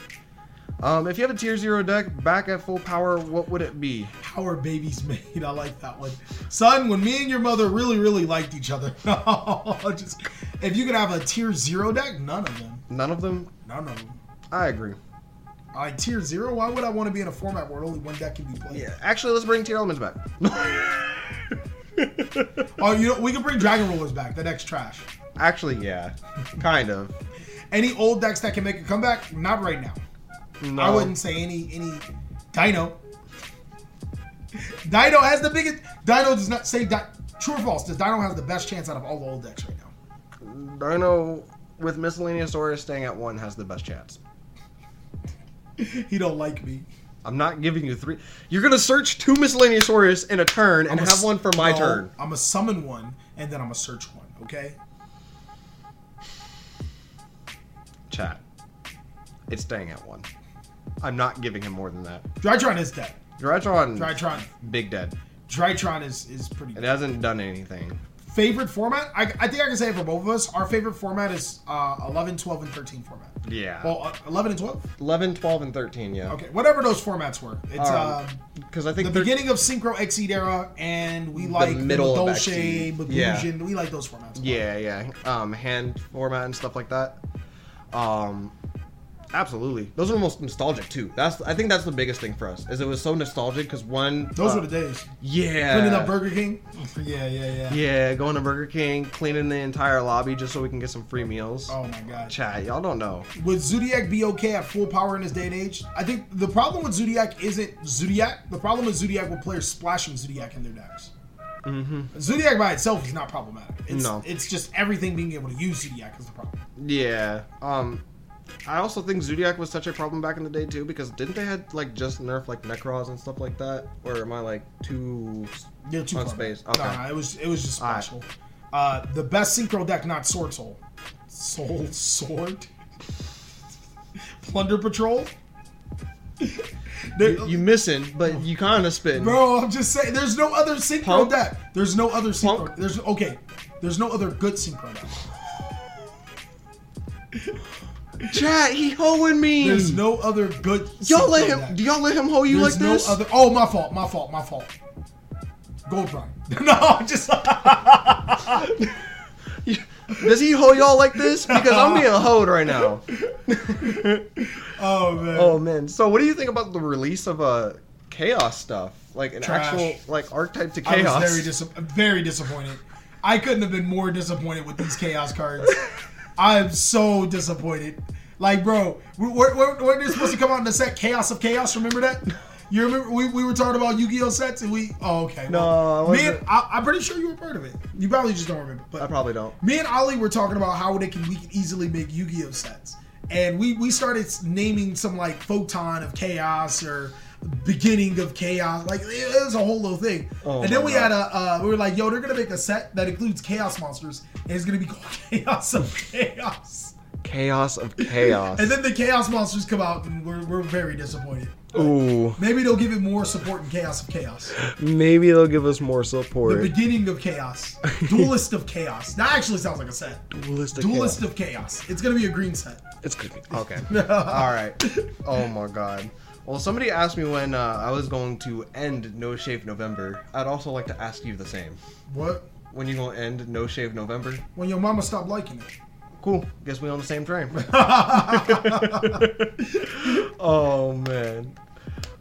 Um, if you have a tier zero deck back at full power, what would it be?
How are babies made? I like that one. Son, when me and your mother really, really liked each other, Oh, just if you could have a tier zero deck, none of them.
None of them.
None of them.
I agree.
All right, tier zero. Why would I want to be in a format where only one deck can be played?
Yeah. Actually, let's bring tier elements back.
Oh, you know, we can bring Dragon Rollers back. That deck's trash.
Actually, yeah. Kind of.
Any old decks that can make a comeback, not right now.
No.
I wouldn't say any any Dino. Dino has the biggest. Dino does not say di- true or false. Does Dino have the best chance out of all the old decks right now?
Dino with miscellaneous Aura staying at one has the best chance.
He don't like me.
I'm not giving you three. You're gonna search two miscellaneous Auras in a turn and have one for my turn.
I'm gonna summon one and then I'm gonna search one. Okay.
Chat. It's staying at one. I'm not giving him more than that.
Drytron is dead.
Drytron.
Drytron.
Big dead.
Drytron is is pretty.
It hasn't done anything.
Favorite format? I, I think I can say it for both of us. Our favorite format is uh, 11, 12, and 13 format.
Yeah.
Well, uh, 11 and 12?
11, 12, and 13, yeah.
Okay, whatever those formats were. It's um,
Um, Because I think
the
thir-
beginning of Synchro Exceed era, and we like
middle of
Dolce,
Exceed.
Belusion.
Yeah.
We like those formats. a lot.
Yeah, yeah. Um, hand format and stuff like that. Um, absolutely. Those are the most nostalgic too. That's I think that's the biggest thing for us is it was so nostalgic because one.
Those
uh,
were the days.
Yeah.
Cleaning up Burger King? Yeah, yeah, yeah.
Yeah, going to Burger King, cleaning the entire lobby just so we can get some free meals.
Oh my god.
Chat, y'all don't know.
Would Zodiac be okay at full power in this day and age? I think the problem with Zodiac isn't Zodiac. The problem with Zodiac with players splashing Zodiac in their decks. Mm-hmm. Zodiac by itself is not problematic. It's,
No.
it's just everything being able to use Zodiac is the problem.
Yeah. Um, I also think Zodiac was such a problem back in the day too because didn't they had like just nerf like Necros and stuff like that? Or am I like too?
You're too
On
far back.
space, okay.
Nah, it was it was just
Alright.
special. Uh, the best synchro deck, not Sword Soul. Soul Sword. Plunder Patrol. There-
You, you missing, but you kind of spitting.
Bro, I'm just saying. There's no other synchro
Punk?
deck. There's no other synchro.
Punk?
There's okay. There's no other good synchro deck.
Chat, he hoeing me.
There's no other good.
Mm. y'all let
synchro
him.
deck.
Do y'all let him hoe you
There's
like
no
this?
other. Oh, my fault. My fault. My fault. Gold Prime. no, I'm just.
Does he hoe y'all like this? Because I'm being hoed right now.
oh man.
Oh man. So what do you think about the release of uh chaos stuff? Like an
Trash.
actual like archetype to
I
chaos.
was very dis- very disappointed. I couldn't have been more disappointed with these chaos cards. I'm so disappointed. Like, bro, we're, we're, we're they're supposed to come out in the set Chaos of Chaos. Remember that? You remember we, we were talking about Yu-Gi-Oh sets and we? Oh, okay.
No, I
me and,
wasn't.
I, I'm pretty sure you were part of it. You probably just don't remember. But
I probably don't.
me and Ali were talking about how they can we can easily make Yu-Gi-Oh sets, and we we started naming some like photon of chaos or beginning of chaos. Like it it was a whole little thing.
Oh
and then
my
we
God.
had a uh, we were like, yo, they're gonna make a set that includes chaos monsters, and it's gonna be called Chaos of Chaos.
Chaos of chaos.
And then the chaos monsters come out, and we're we're very disappointed.
Ooh.
Maybe they'll give it more support in Chaos of Chaos.
Maybe they'll give us more
The
support.
beginning of chaos. Duelist of chaos. That actually sounds like a set.
Duelist of
Duelist
Chaos.
of chaos. It's gonna be a green set.
It's good. Okay. All right. Oh my god. Well, somebody asked me when uh, I was going to end No Shave November. I'd also like to ask you the same.
What?
When you gonna end No Shave November?
When your mama stopped liking it.
Cool. Guess we on the same train. oh man.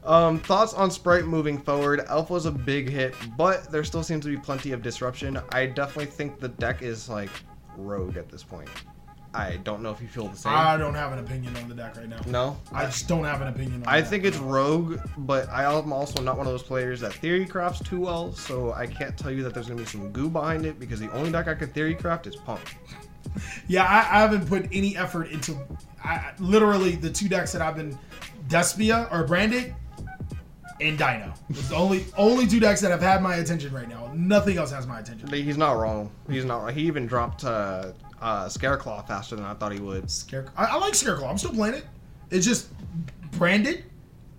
Um, thoughts on Sprite moving forward. Elf was a big hit, but there still seems to be plenty of disruption. I definitely think the deck is like rogue at this point. I don't know if you feel the same.
I don't have an opinion on the deck right now.
no,
I just don't have an opinion on
I
that.
think it's rogue, but I am also not one of those players that theory crafts too well, so I can't tell you that there's gonna be some goo behind it because the only deck I can theory craft is Punk.
Yeah, I, I haven't put any effort into. I, I- literally, the two decks that I've been Despia or Branded and Dino. It's the only only two decks that have had my attention right now. Nothing else has my attention.
He's not wrong. He's not. wrong. He even dropped uh, uh, Scareclaw faster than I thought he would.
Scarecrow. I, I like Scarecrow. I'm still playing it. It's just Branded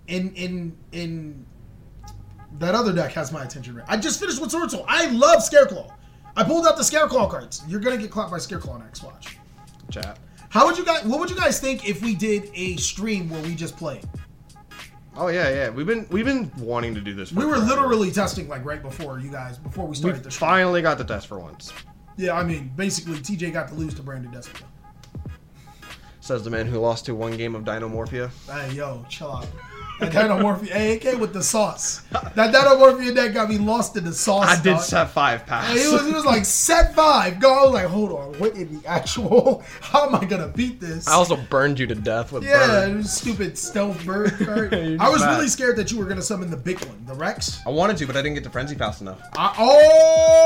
in in in that other deck has my attention. right- I just finished with Sword Soul. I love Scarecrow. I pulled out the Scarecrow cards. You're gonna get clapped by Scarecrow next watch.
Chat.
How would you guys? What would you guys think if we did a stream where we just played?
Oh yeah, yeah. We've been we've been wanting to do this. for
We were
forever.
literally testing like right before you guys before we
We
started the stream.
finally got the test for once.
Yeah, I mean basically TJ got to lose to Brandon Despia.
Says the man who lost to one game of Dinomorphia.
Hey yo, chill out. That Dynomorphia, hey, it came with the sauce. That Dynomorphia that got me lost in the sauce.
I did
dog.
set five
Hey,
pass.
It was, it was like set five. Go. I was like, hold on. What in the actual? How am I gonna beat this?
I also burned you to death with
yeah,
burn.
it was stupid stealth bird card.
You're
I was
bad.
really scared that you were gonna summon the big one, the Rex.
I wanted to, but I didn't get to frenzy fast enough.
I,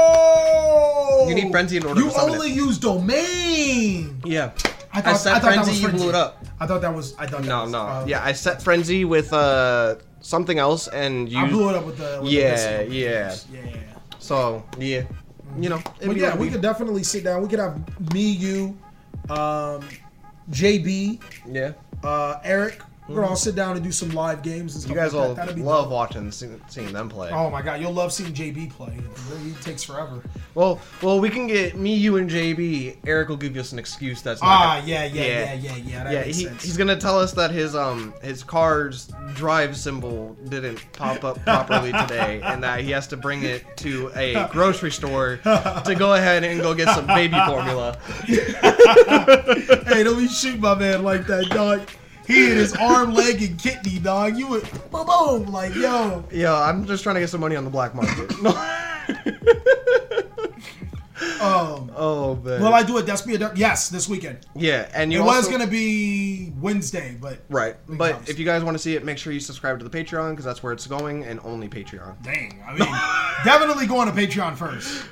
oh!
You need frenzy in order
You
to summon
only use domain.
Yeah.
I thought, I
set
thought that
frenzy,
was
you
frenzy.
blew it up.
I thought that was. I thought that
No,
was,
no.
uh,
yeah, I set frenzy with uh something else, and you.
I blew it up with the. With the
Yeah,
missile.
yeah.
yeah.
So yeah, you know. it'd
But
be
yeah,
what
we could definitely sit down. We could have me, you, um, JB,
Yeah.
uh, Eric. We're gonna all sit down and do some live games and stuff.
Mm-hmm. You guys
like
all
that. That'd be
love
dope.
watching seeing, seeing them play.
Oh my god, you'll love seeing JB play. He takes forever.
Well, well, we can get me, you, and JB. Eric will give us an excuse. That's not
Ah,
gonna-
yeah, yeah, yeah, yeah, yeah. that
yeah.
makes
He,
sense.
he's gonna tell us that his um his car's drive symbol didn't pop up properly today, and that he has to bring it to a grocery store to go ahead and go get some baby formula.
hey, don't be shooting my man like that, dog. He and his arm, leg, and kidney, dog. You would boom, boom, like yo.
Yeah, I'm just trying to get some money on the black market.
Um,
Oh man.
will I do a Despia Duck? Yes, this weekend.
yeah, and you
It
also,
was gonna be Wednesday, but
Right,
Big
but
jumps.
if you guys want to see it, make sure you subscribe to the Patreon because that's where it's going, and only Patreon.
dang, I mean, definitely go on to Patreon first.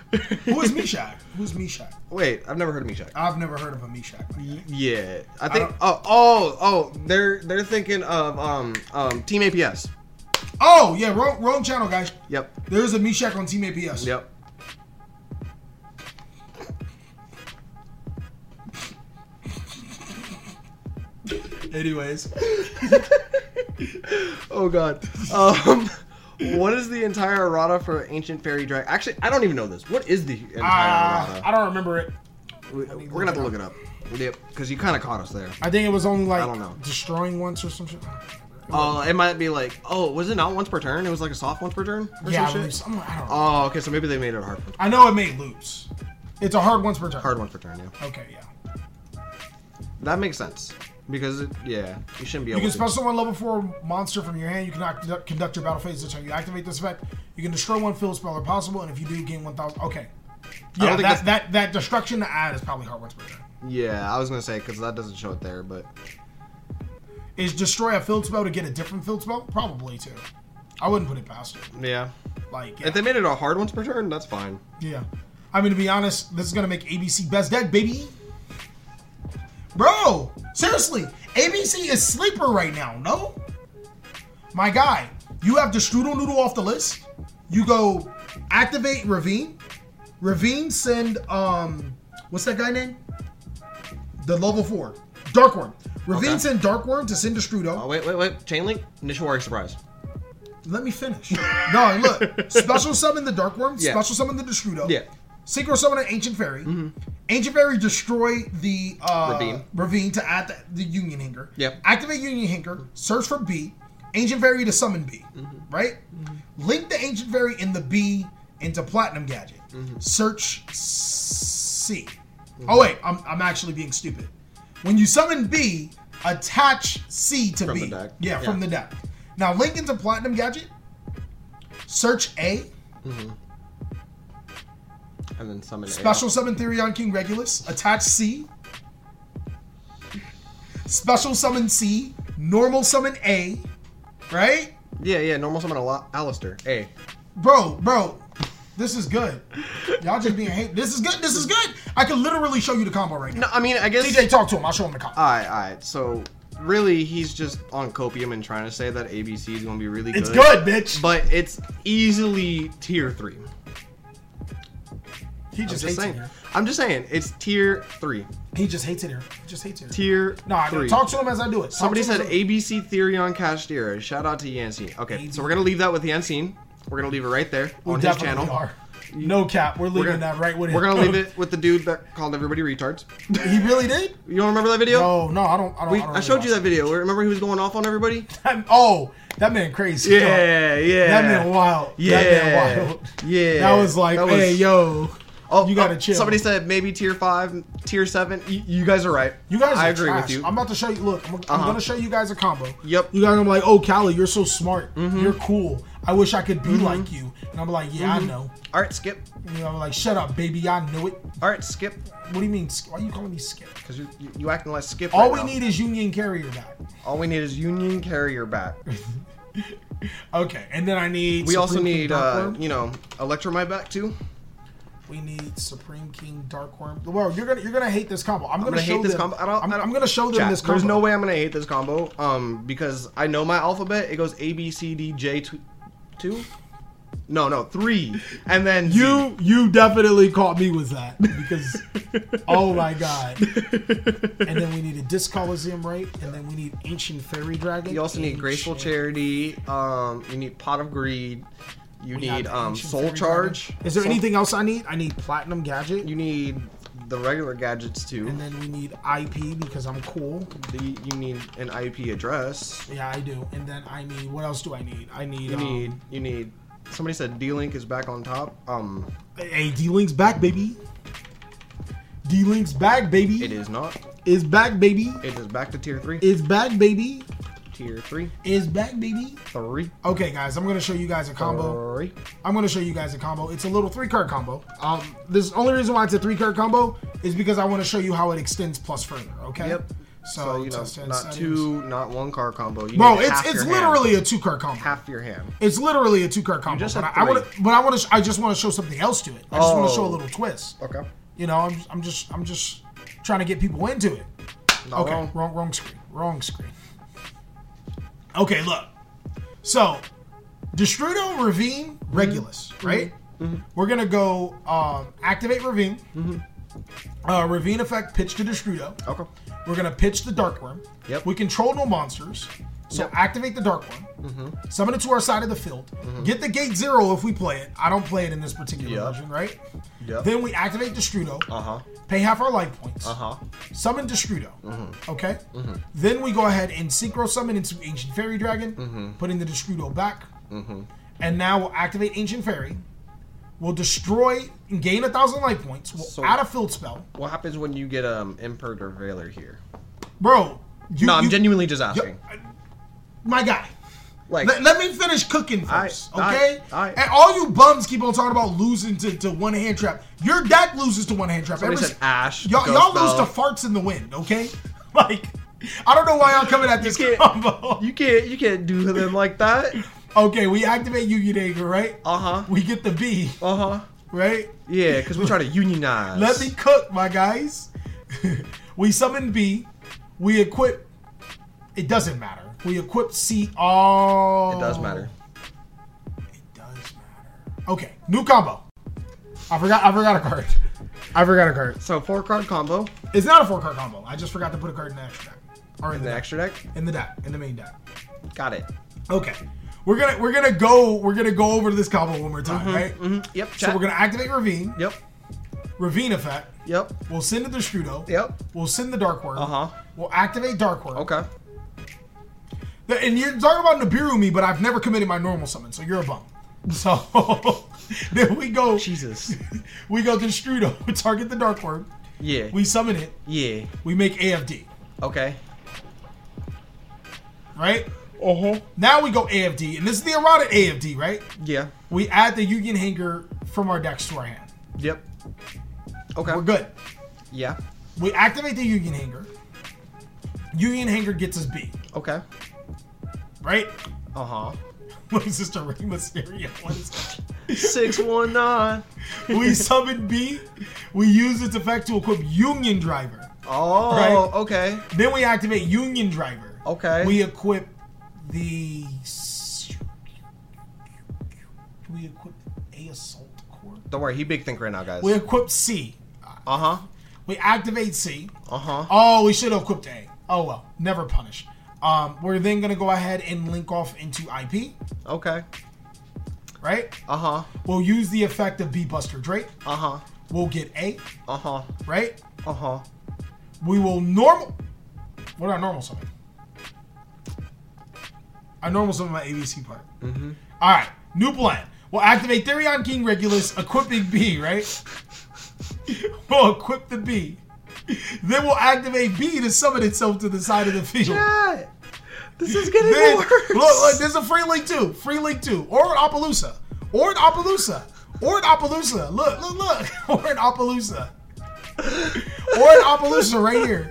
Who is Meshach? Who's Meshach?
Wait, I've never heard of Meshach.
I've never heard of a Meshach.
Yeah, I think.
don't-
oh, oh, oh, they're they're thinking of um um Team APS.
Oh yeah, wrong, wrong channel, guys.
Yep,
There is a Meshach on Team APS.
yep.
Anyways,
Oh god. Um, what is the entire errata for Ancient Fairy Dragon? Actually, I don't even know this. What is the entire
uh,
errata?
I don't remember it.
We, are gonna have to look it up. Yep, because you kind of caught us there.
I think it was only like
I don't know.
destroying once or some shit.
Uh, it might be like, oh, was it not once per turn? It was like a soft once per turn or
Yeah, I,
some
believe
shit.
so. I'm like, I don't know.
Oh, okay, so maybe they made it a hard one.
I know it made loops. It's a hard once per turn.
Hard once per turn, yeah.
Okay, yeah.
That makes sense because it, yeah, you shouldn't be
You
able
can
to.
spell someone level four monster from your hand. You can act, conduct your battle phase this time. You activate this effect. You can destroy one field spell or possible, and if you do, gain one thousand. Okay.
don't
Yeah,
think
that, that that destruction to add is probably hard once per turn.
yeah, I was gonna say because that doesn't show it there, but
Is destroy a field spell to get a different field spell? Probably too. I wouldn't put it past it.
yeah,
Like, yeah.
if they made it a hard once per turn, that's fine.
yeah. I mean, to be honest, this is gonna make ABC best deck, baby. Bro, seriously, ABC is sleeper right now. No, my guy, you have the strudel noodle off the list. You go activate ravine. Ravine send um, what's that guy name? The level four, dark worm. Ravine
Okay.
send dark worm to send to Strudo.
Oh wait, wait, wait, chain link, Nishawari surprise.
Let me finish. no, look. Special summon the Dark Worm.
Yeah.
Special summon the Destrudo.
Yeah. Mm-hmm.
Synchro summon an Ancient Fairy. Ancient Fairy destroy the uh,
Ravine.
ravine to add the, the Union Hinker.
Yep.
Activate Union Hinker. Search for B. Ancient Fairy to summon B.
Mm-hmm.
Right. Link the Ancient Fairy and the B into Platinum Gadget.
Mm-hmm.
Search C. Oh wait, I'm, I'm actually being stupid. When you summon B, attach C to
From
B.
the deck.
Yeah,
Yeah.
from the deck. Now link into Platinum Gadget. Search A.
And then summon A.
Special summon theory on King Regulus. Attach C. Special summon C. Normal summon A. Right?
Yeah, yeah, normal summon a lot. Alistair, A.
Bro, bro, this is good. Y'all just being hate. This is good. This is good. I can literally show you the combo right now.
No, I mean, I guess.
DJ, talk to him. I'll show him the combo.
Alright, alright, so really, he's just on copium and trying to say that ABC is going to be really good.
It's good, bitch.
But it's easily tier 3.
He
I'm
just,
just
hates it
saying.
here.
I'm just saying, it's tier 3.
He just hates it here. He just hates it here.
Tier
No, I gotta
3.
talk to him as I do it. Talk
Somebody
to him
said
as I-
ABC Theory on Cashtira. Shout out to Yancey. Okay, so we're going to leave that with Yancey. We're going to leave it right there
We
on his
definitely
channel.
are. No cap. We're leaving
We're
that right with him.
we're gonna leave it with the dude that called everybody retards.
He really did?
You don't remember that video?
No, no, I don't. I don't.
We-
I, don't
I showed you that video. Where remember he was going off on everybody?
that. Oh, that man crazy.
Yeah, yeah.
That man wild.
Yeah,
That man wild.
yeah.
That was like,
That
hey,
was-
yo.
Oh,
you gotta
oh,
chill.
Somebody said maybe tier five, tier seven. You, you guys are right.
You guys, are
I agree
trash.
with you.
I'm about to show you. Look, I'm, I'm
Uh-huh.
gonna show you guys a combo.
Yep.
You guys, I'm like, oh, Callie, you're so smart.
Mm-hmm.
You're cool. I wish I could be like you. And I'm like, yeah,
Mm-hmm.
I know.
All right, skip.
And I'm like, shut up, baby. I knew it.
All right, skip.
What do you mean? Sk- Why are you calling me skip?
Because you, you, you acting like skip.
All
right
we
now.
need is Union Carrier back.
all we need is Union Carrier back.
Okay, and then I need.
We also
Supreme King
need,
Dark
uh,
Worm.
you know, Electromite back too.
We need Supreme King Darkworm. Well, you're gonna you're gonna hate this combo. I'm gonna,
I'm gonna
show
hate this
them-
combo. I don't.
I'm,
I don't-
I'm gonna show them
Chat,
this combo.
There's no way I'm gonna hate this combo. Um, because I know my alphabet. It goes A B C D J tw- two. No, no, three, and then Z.
You you definitely caught me with that because oh my god. And then we need a Disc Coliseum, right? And then we need Ancient Fairy Dragon.
You also need Graceful
Ancient-
Charity. Um, you need Pot of Greed. You
We got
need
the
um,
Ancient
Soul
Fairy
Charge.
Dragon. Is there
Soul-
anything else I need? I need Platinum Gadget.
You need the regular gadgets too.
and then we need IP because I'm cool.
The- you need an IP address.
Yeah, I do. And then I need what else do I need? I need
You
um,
need. You need. Somebody said D-Link is back on top. Um,
Hey, D Link's back, baby. D Link's back, baby.
it is not.
Is back, baby.
It is back to tier three.
Is back, baby.
tier three,
is back, baby.
three,
Okay, guys, I'm gonna show you guys a combo.
three.
I'm gonna show you guys a combo. It's a little three card combo. Um, this only reason why it's a three card combo is because I want to show you how it extends plus further. Okay.
Yep.
So,
So you know,
touch that
not
settings.
two, not one car combo. You
Bro,
need
it's
half
it's
your hand.
literally a two card combo.
half your hand.
It's literally a two card combo.
just
but
had
I, I want
three.
to, but I want to. Sh- I just want to show something else to it. I just want
Oh.
to show a little twist.
Okay.
You know, I'm, I'm just, I'm just trying to get people into it.
Not
okay,
wrong.
wrong, wrong screen, wrong screen. Okay, look. So, Destrudo, Ravine, Regulus, right? We're gonna go um, activate Ravine. Uh, Ravine effect, pitch to Destrudo.
Okay.
We're gonna pitch the Dark Worm.
Yep.
We control no monsters. So
Yep. Mm-hmm.
activate the Dark Worm. Summon it to our side of the field. Get the Gate Zero if we play it. I don't play it in this particular
Yep.
version, right?
Yep.
Then we activate Destrudo.
Uh huh.
Pay half our life points.
Uh huh.
Summon Destrudo.
Mm-hmm.
Okay. Then we go ahead and synchro summon into Ancient Fairy Dragon.
Mm-hmm.
Put in the Destrudo back. And now we'll activate Ancient Fairy. We'll destroy and gain a thousand life points. We'll
So-
add a field spell,
What happens when you get um Imper or Veiler here?
bro. You,
No, I'm
you-
genuinely just asking.
my guy.
Like,
Let, let me finish cooking first,
Alright,
okay?
alright, alright.
And all you bums keep on talking about losing to, to one hand trap. Your deck loses to one hand trap.
Somebody
Every
said
si-
Ash,
Y'all,
Ghost
y'all lose
Bell.
to farts in the wind, okay? Like, I don't know why y'all coming at this
can't-
combo.
you can't you can't do them like that.
Okay, we activate Yugi Dagger, right?
Uh huh.
We get the B,
Uh huh.
right?
Yeah, because we try to unionize.
Let me cook, my guys. we summon B. We equip. It doesn't matter. We equip C. Oh.
It does matter.
It does matter. Okay, new combo. I forgot. I forgot a card. I forgot a card.
So four card combo
It's not a four card combo. I just forgot to put a card in the extra deck or in,
in the
the, deck.
extra deck.
in the deck in the main deck.
Got it.
Okay, we're gonna we're gonna go we're gonna go over to this combo one more time, right?
Mm-hmm. Yep.
So
Chat.
we're gonna activate Ravine.
Yep.
Ravine effect.
Yep.
We'll send the Destrudo.
Yep.
We'll send the Dark Worm.
Uh huh.
We'll activate Dark Worm.
Okay.
The- And you're talking about Nibiru me, but I've never committed my normal summon, so you're a bum. So then we go.
Jesus.
We go Destrudo. We target the Dark Worm.
Yeah.
We summon it.
yeah.
We make AFD,
Okay.
right?
Uh huh.
Now we go AFD, and this is the erotic AFD, right?
Yeah.
We add the Yugen Hanger from our decks to our hand.
Yep. Okay.
We're good.
Yeah.
We activate the Yugen Hanger. Yugen Hanger gets us B,
Okay.
right?
Uh huh.
What is this, a Rey Mysterio? What is
Six one nine.
we summon B. We use its effect to equip Union Driver.
Oh.
Right.
Okay.
Then we activate Union Driver.
Okay.
We equip the. s- We equip A Assault Core.
Don't worry. He big think right now, guys.
We equip C.
Uh huh.
We activate C.
Uh huh.
Oh, we should have equipped A. Oh well, never punish. Um, we're then gonna go ahead and link off into IP,
Okay.
right?
Uh huh.
We'll use the effect of B Buster Drake.
Uh huh.
We'll get A,
Uh huh.
right?
Uh huh.
We will normal. What our normal summon? I normal summon my ABC part.
Mm-hmm.
All right, new plan. We'll activate Therion King Regulus, equipping B, right? we'll equip the B. Then we'll activate B to summon itself to the side of the field.
Yeah. This is getting
Then,
worse.
look, look, there's a free link too. Free link too. Or an Opelousa. Or an Opelousa. Or an Opelousa. Look, look, look. Or an Opelousa. Or an Opelousa right here.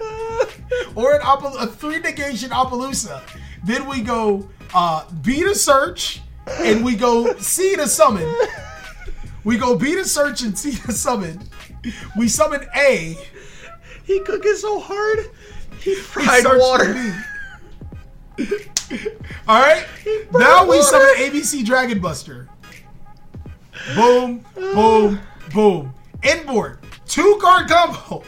Or an Opel- a three negation Opelousa. Then we go uh, B to search and we go C to summon. We go B to search and C to summon. We summon A.
he cooked it so hard. He
We
fried
search
water.
B. All right.
burned
Now we
water.
summon ABC Dragon Buster. Boom, boom, boom. Inboard. Two card combo.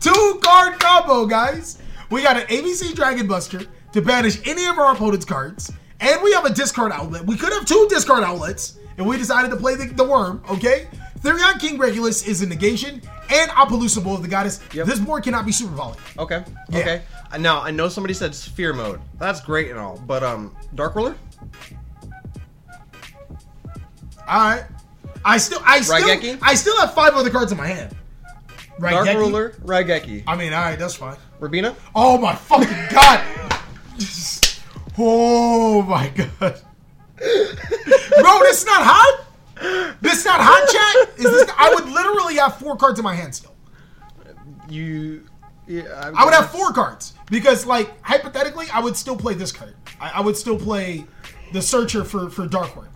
Two card combo, guys. We got an ABC Dragon Buster to banish any of our opponent's cards. And we have a discard outlet. We could have two discard outlets, and we decided to play the, the worm, okay? Therion King Regulus is a negation, and Opelousa Bowl of the Goddess.
Yep.
This board cannot be super volley.
Okay.
Yeah.
Okay. Uh, Now I know somebody said sphere mode. That's great and all, but um, dark roller.
All right. I still, I still,
Raigeki?
I still have five other cards in my hand. Right,
Dark ruler. Raigeki.
Oh I mean, all right, that's fine.
Rabina.
Oh my fucking god! Oh my god. Bro, this not hot? This not hot chat? Is this I would literally have four cards in my hand still.
You. Yeah,
I would have four cards. Because like hypothetically, I would still play this card. I, I would still play the searcher for, for Darkworm.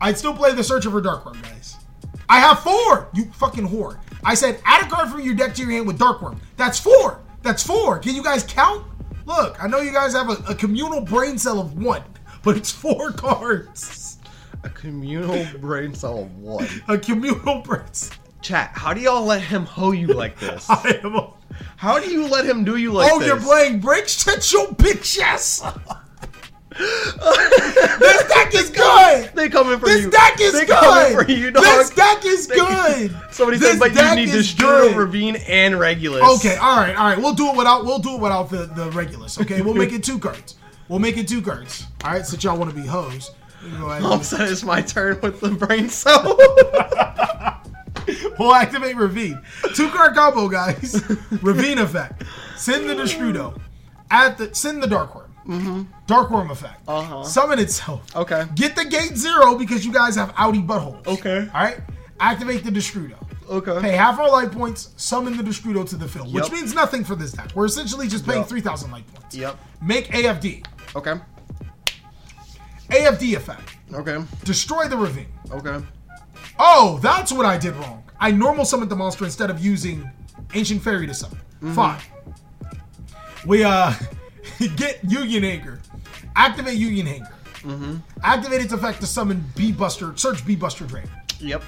I'd still play the searcher for Darkworm, guys. I have four, you fucking whore. I said add a card from your deck to your hand with Darkworm. That's four. That's four. Can you guys count? Look, I know you guys have a, a communal brain cell of one, but it's four cards.
a communal brain cell of one.
A communal brain cell.
Chat, how do y'all let him hoe you like this?
I am a-
How do you let him do you like
oh,
this?
you're playing break? Shut your bitch ass up. this deck is good.
They coming for
This
you.
deck is
they coming
good.
for you, dog.
this deck is
They-
good.
Somebody
this
said, but you
deck
need
is
Destroyer,
good.
Ravine, and Regulus.
Okay, all right, all right. We'll do it without. We'll do it without the the regulars. Okay, we'll make it two cards. We'll make it two cards. All right, since y'all want to be hoes. we'll go ahead and-
Mom said Um, it's my turn with the brain cell.
We'll activate Ravine. Two card combo, guys. Ravine effect. Send the Destrudo. At the send the Darkworm. Mm-hmm. Darkworm effect.
Uh-huh.
Summon itself.
okay.
Get the gate zero because you guys have outie buttholes.
Okay.
All right. Activate the Destrudo.
Okay.
Pay half our life points. Summon the Destrudo to the field, which
Yep.
means nothing for this deck. We're essentially just paying
Yep.
three thousand life points.
Yep.
Make AFD.
Okay.
AFD effect.
Okay.
Destroy the Ravine.
Okay.
Oh, that's what I did wrong. I normal summoned the monster instead of using Ancient Fairy to summon. Fine. We uh get Union Anchor. Activate Union Anchor. Activate its effect to summon B Buster, search B Buster Dragon.
Yep.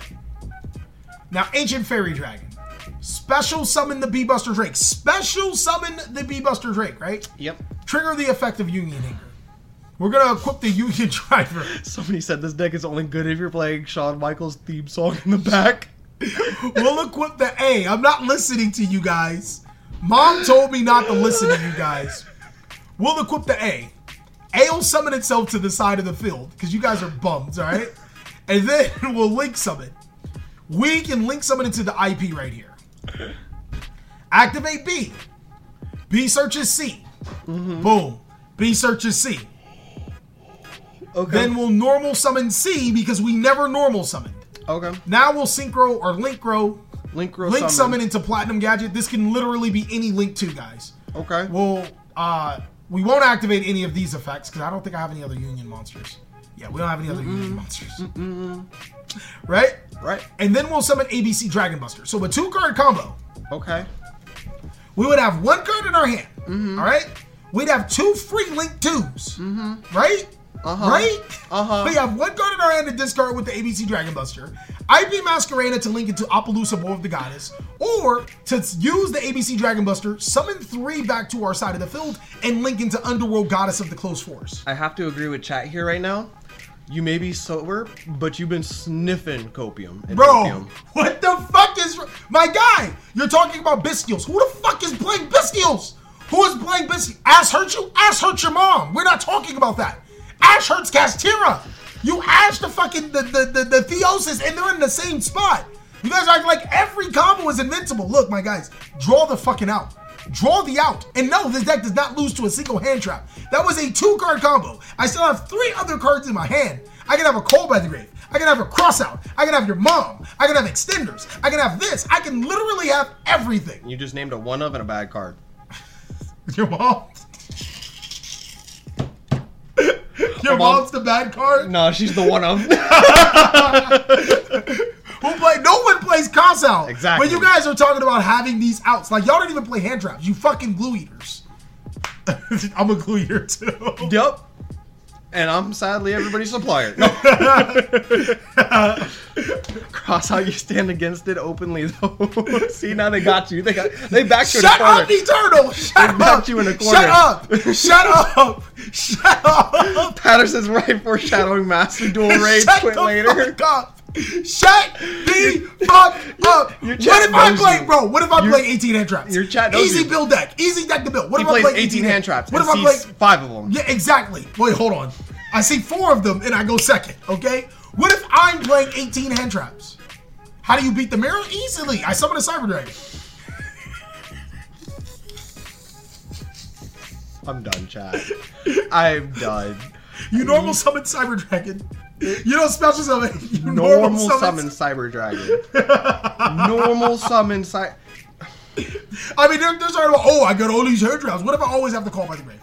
Now Ancient Fairy Dragon. Special summon the B Buster Drake. Special summon the B Buster Drake, right?
Yep.
Trigger the effect of Union Anchor. We're gonna equip the Union Driver.
Somebody said this deck is only good if you're playing Shawn Michaels' theme song in the back.
we'll equip the A. I'm not listening to you guys. Mom told me not to listen to you guys. We'll equip the A. A will summon itself to the side of the field because you guys are bums, all right? And then we'll link summon. We can link summon into the IP right here. Activate B. B searches C. Boom. B searches C.
Okay.
Then we'll normal summon C because we never normal summoned.
okay.
Now we'll synchro or link grow
Link Grow
Link summon
summon.
into Platinum Gadget. This can literally be any Link 2, guys.
Okay.
We'll, uh, we won't activate any of these effects because I don't think I have any other Union monsters. Yeah, we don't have any other Union monsters. Right?
right.
And then we'll summon ABC Dragon Buster. So a two card combo.
Okay.
We would have one card in our hand.
Mm-hmm.
all right? We'd have two free Link 2s. Right?
Uh-huh.
Right?
Uh-huh.
We have one card in our hand to discard with the ABC Dragon Buster, IP Masquerada to link into Opelousa Bowl of the Goddess, or to use the ABC Dragon Buster, summon three back to our side of the field, and link into Underworld Goddess of the Close Force.
I have to agree with chat here right now. You may be sober, but you've been sniffing copium. And
Bro,
Copium.
what the fuck is my guy? You're talking about Biscuits. Who the fuck is playing Biscuits? Who is playing Biscuits? Ass hurt you? Ass hurt your mom. We're not talking about that. Ash hurts Castira. You ash the fucking the the, the the Theosis, and they're in the same spot. You guys act like every combo is invincible. Look, my guys, draw the fucking out. Draw the out. And no, this deck does not lose to a single hand trap. That was a two card combo. I still have three other cards in my hand. I can have a coal by the grave. I can have a cross out. I can have your mom. I can have extenders. I can have this. I can literally have everything.
You just named a one of and a bad card.
Your mom. your
mom-
mom's the bad card.
No, she's the one of.
Who play? No one plays cross out.
Exactly.
When you guys are talking about having these outs, like y'all don't even play hand traps. You fucking glue eaters. I'm a glue eater too.
yep. And I'm sadly everybody's supplier. No. Cross out you stand against it openly though. See now they got you. They got they backed you
Shut
in the corner.
up, Eternal! Shut
knocked
up!
you in a
Shut up! Shut up! Shut up!
Patterson's right foreshadowing Master Dual Rage
Shut
quit
the
later.
fuck up! Shut the fuck up!
your
What
chat
if I
knows
play,
you.
bro? What if I
Your-
play 18 hand traps?
your chat knows
Easy
you.
build deck. Easy deck to build.
He
What if I
plays
play
18 hand traps.
What
What
if
and
I play
sees five of them?
Yeah, exactly. Wait, hold on. I see four of them and I go second, okay? What if I'm playing 18 hand traps? How do you beat the mirror? Easily. I summon a cyber dragon.
I'm done, Chad. I'm done.
You normal summon Cyber Dragon. You don't special summon. You
Mm-hmm. Normal, summon Cyber Dragon. Normal summon Cyber.
I mean, they're, they're talking about, oh, I got all these hair drowns. What if I always have to call by the grave?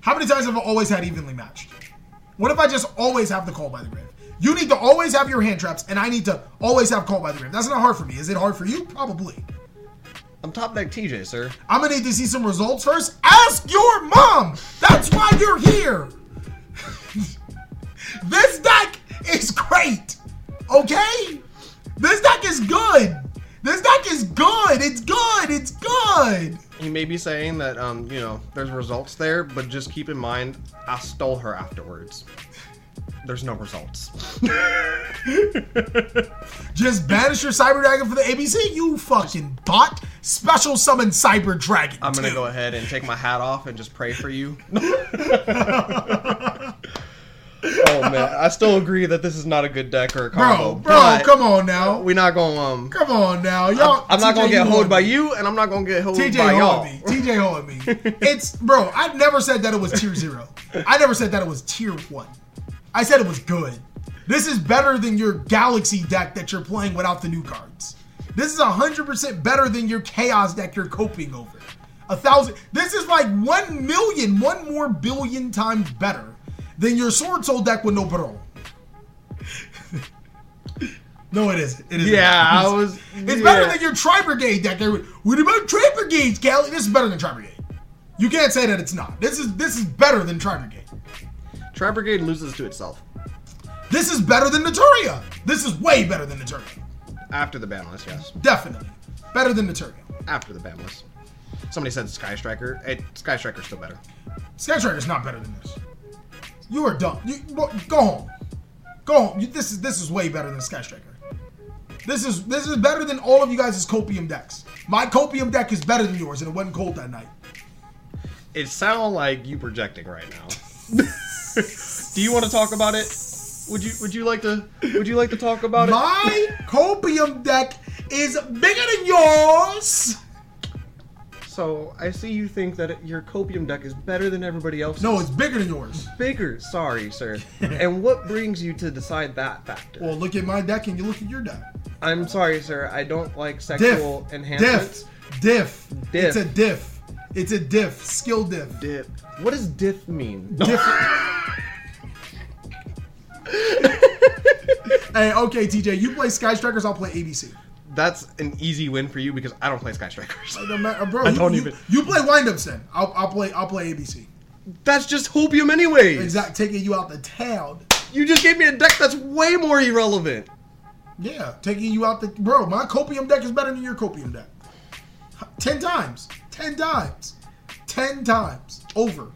How many times have I always had evenly matched? What if I just always have the call by the grave? You need to always have your hand traps, and I need to always have call by the grave. That's not hard for me. Is it hard for you? Probably.
I'm top deck TJ, sir.
I'm gonna need to see some results first. Ask your mom. That's why you're here. this deck is great. Okay? This deck is good. This deck is good. It's good. It's good.
He may be saying that, um, you know, there's results there, but just keep in mind, I stole her afterwards. There's no results.
Just banish your Cyber Dragon for the ABC, you fucking bot. Special summon Cyber Dragon.
I'm gonna
too.
go ahead and take my hat off and just pray for you. oh man, I still agree that this is not a good deck or a combo.
Bro, bro,
but
come on now.
We're not gonna um.
Come on now. Y'all,
I'm not
TJ,
gonna get
you
hoed
on
by
me.
you, and I'm not gonna get hoed by
TJ
y'all.
holding me. TJ holding me. It's bro. I never said that it was tier zero. I never said that it was tier one. I said it was good. This is better than your galaxy deck that you're playing without the new cards. This is hundred percent better than your chaos deck you're coping over. A thousand. This is like one million, one more billion times better than your sword soul deck with no bro. no, it isn't. It isn't.
Yeah, I was.
It's
yeah.
better than your tri brigade deck. Every- What about tri brigades, Gally? This is better than tri brigade. You can't say that it's not. This is this is better than tri brigade.
Tri Brigade loses to itself
This is better than Naturia. This is way better than Naturia.
after the ban list. Yes,
Definitely better than Naturia.
after the ban list. Somebody said Sky Striker. Hey, Sky Striker's still better.
Skystriker is not better than this. You are dumb. You well, go home. Go home. You, this is this is way better than Skystriker. This is this is better than all of you guys' copium decks. My copium deck is better than yours, and it wasn't cold that night.
It sounds like you projecting right now. Do you want to talk about it? Would you Would you like to Would you like to talk about it?
My copium deck is bigger than yours.
So I see you think that it- your copium deck is better than everybody else's.
No, it's bigger than yours.
bigger. Sorry, sir. and what brings you to decide that factor?
Well, look at my deck and you look at your deck.
I'm sorry, sir. I don't like
Diff.
sexual enhancements.
Diff. Diff.
Diff.
It's a diff. It's a diff. Skill diff.
Dip. What does diff mean?
Diff. hey, okay, TJ, you play Sky Strikers, I'll play ABC.
That's an easy win for you because I don't play Sky Strikers.
Like, Uh, no matter- bro,
I
you,
don't
you-
even-
You play windups then. I'll, I'll play. I'll play ABC.
That's just hopium anyways.
Exact taking you out the town.
You just gave me a deck that's way more irrelevant.
Yeah, taking you out the bro. My copium deck is better than your copium deck. Ten times, ten times, ten times over.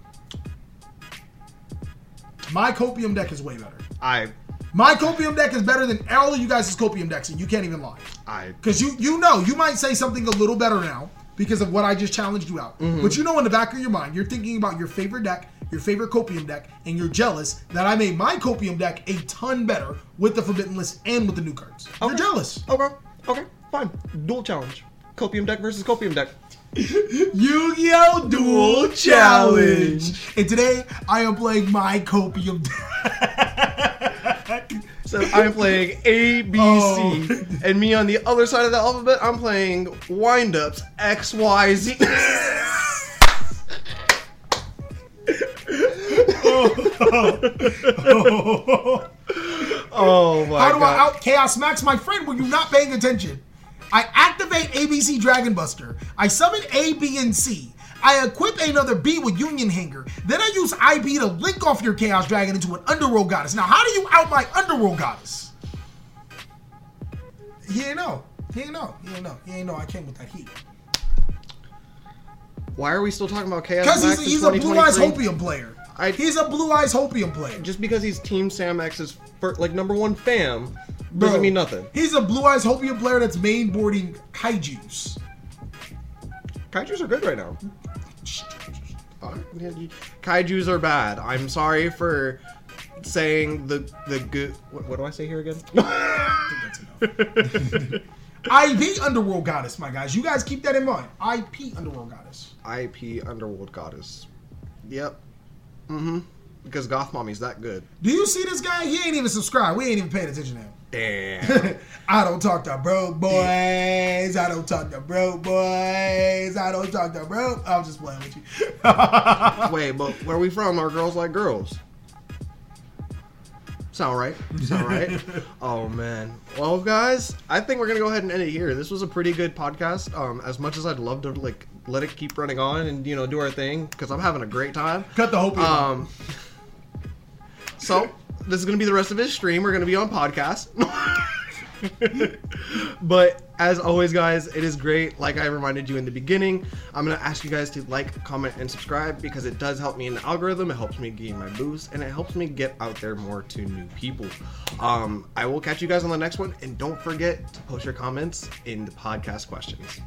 My copium deck is way better.
I,
My copium deck is better than all of you guys' copium decks, and you can't even lie.
I,
Because you you know you might say something a little better now because of what I just challenged you out.
Mm-hmm.
But you know in the back of your mind, you're thinking about your favorite deck, your favorite copium deck, and you're jealous that I made my copium deck a ton better with the forbidden list and with the new cards. You're
Okay.
jealous.
okay, okay, fine. Dual challenge. Copium deck versus copium deck.
Yu-Gi-Oh! Duel
Challenge.
And today I am playing my copium deck.
So I'm playing A, B, C,
Oh.
and me on the other side of the alphabet, I'm playing windups X, Y, Z. oh my
How do I
god.
out Chaos Max my friend when you're not paying attention? I activate ABC Dragon Buster. I summon A, B, and C. I equip another B with Union Hanger. Then I use IB to link off your Chaos Dragon into an Underworld Goddess. Now, how do you out my Underworld Goddess? He ain't know. He ain't know. He ain't know. He ain't know I came with that heat.
Why are we still talking about Chaos
Because
Max
he's,
in
he's a Blue Eyes
2023?
Hopium player.
I-
he's a Blue Eyes Hopium player.
Just because he's Team Sam X's fir- like number one fam doesn't
Bro,
mean nothing.
He's a Blue Eyes Hopium player that's mainboarding Kaijus.
Kaijus are good right now. Kaijus are bad. I'm sorry for saying the the good. What, what do I say here again?
IP Underworld Goddess, my guys. You guys keep that in mind. IP Underworld Goddess.
IP Underworld Goddess. Yep. Mm-hmm. Because Goth Mommy's that good.
Do you see this guy? He ain't even subscribed. We ain't even paying attention to him.
Damn.
I don't talk to broke boys. I don't talk to broke boys. I don't talk to broke. I'm just playing with you.
Wait, but where we from? Our girls like girls. Sound right? Sound right? oh man. Well, guys, I think we're gonna go ahead and end it here. This was a pretty good podcast. Um, as much as I'd love to like let it keep running on and you know do our thing because I'm having a great time.
Cut the hope.
Um. So this is gonna be the rest of his stream. We're gonna be on podcast. but as always, guys, it is great. Like I reminded you in the beginning, I'm gonna ask you guys to like, comment, and subscribe because it does help me in the algorithm. It helps me gain my boost, and it helps me get out there more to new people. Um, I will catch you guys on the next one, and don't forget to post your comments in the podcast questions.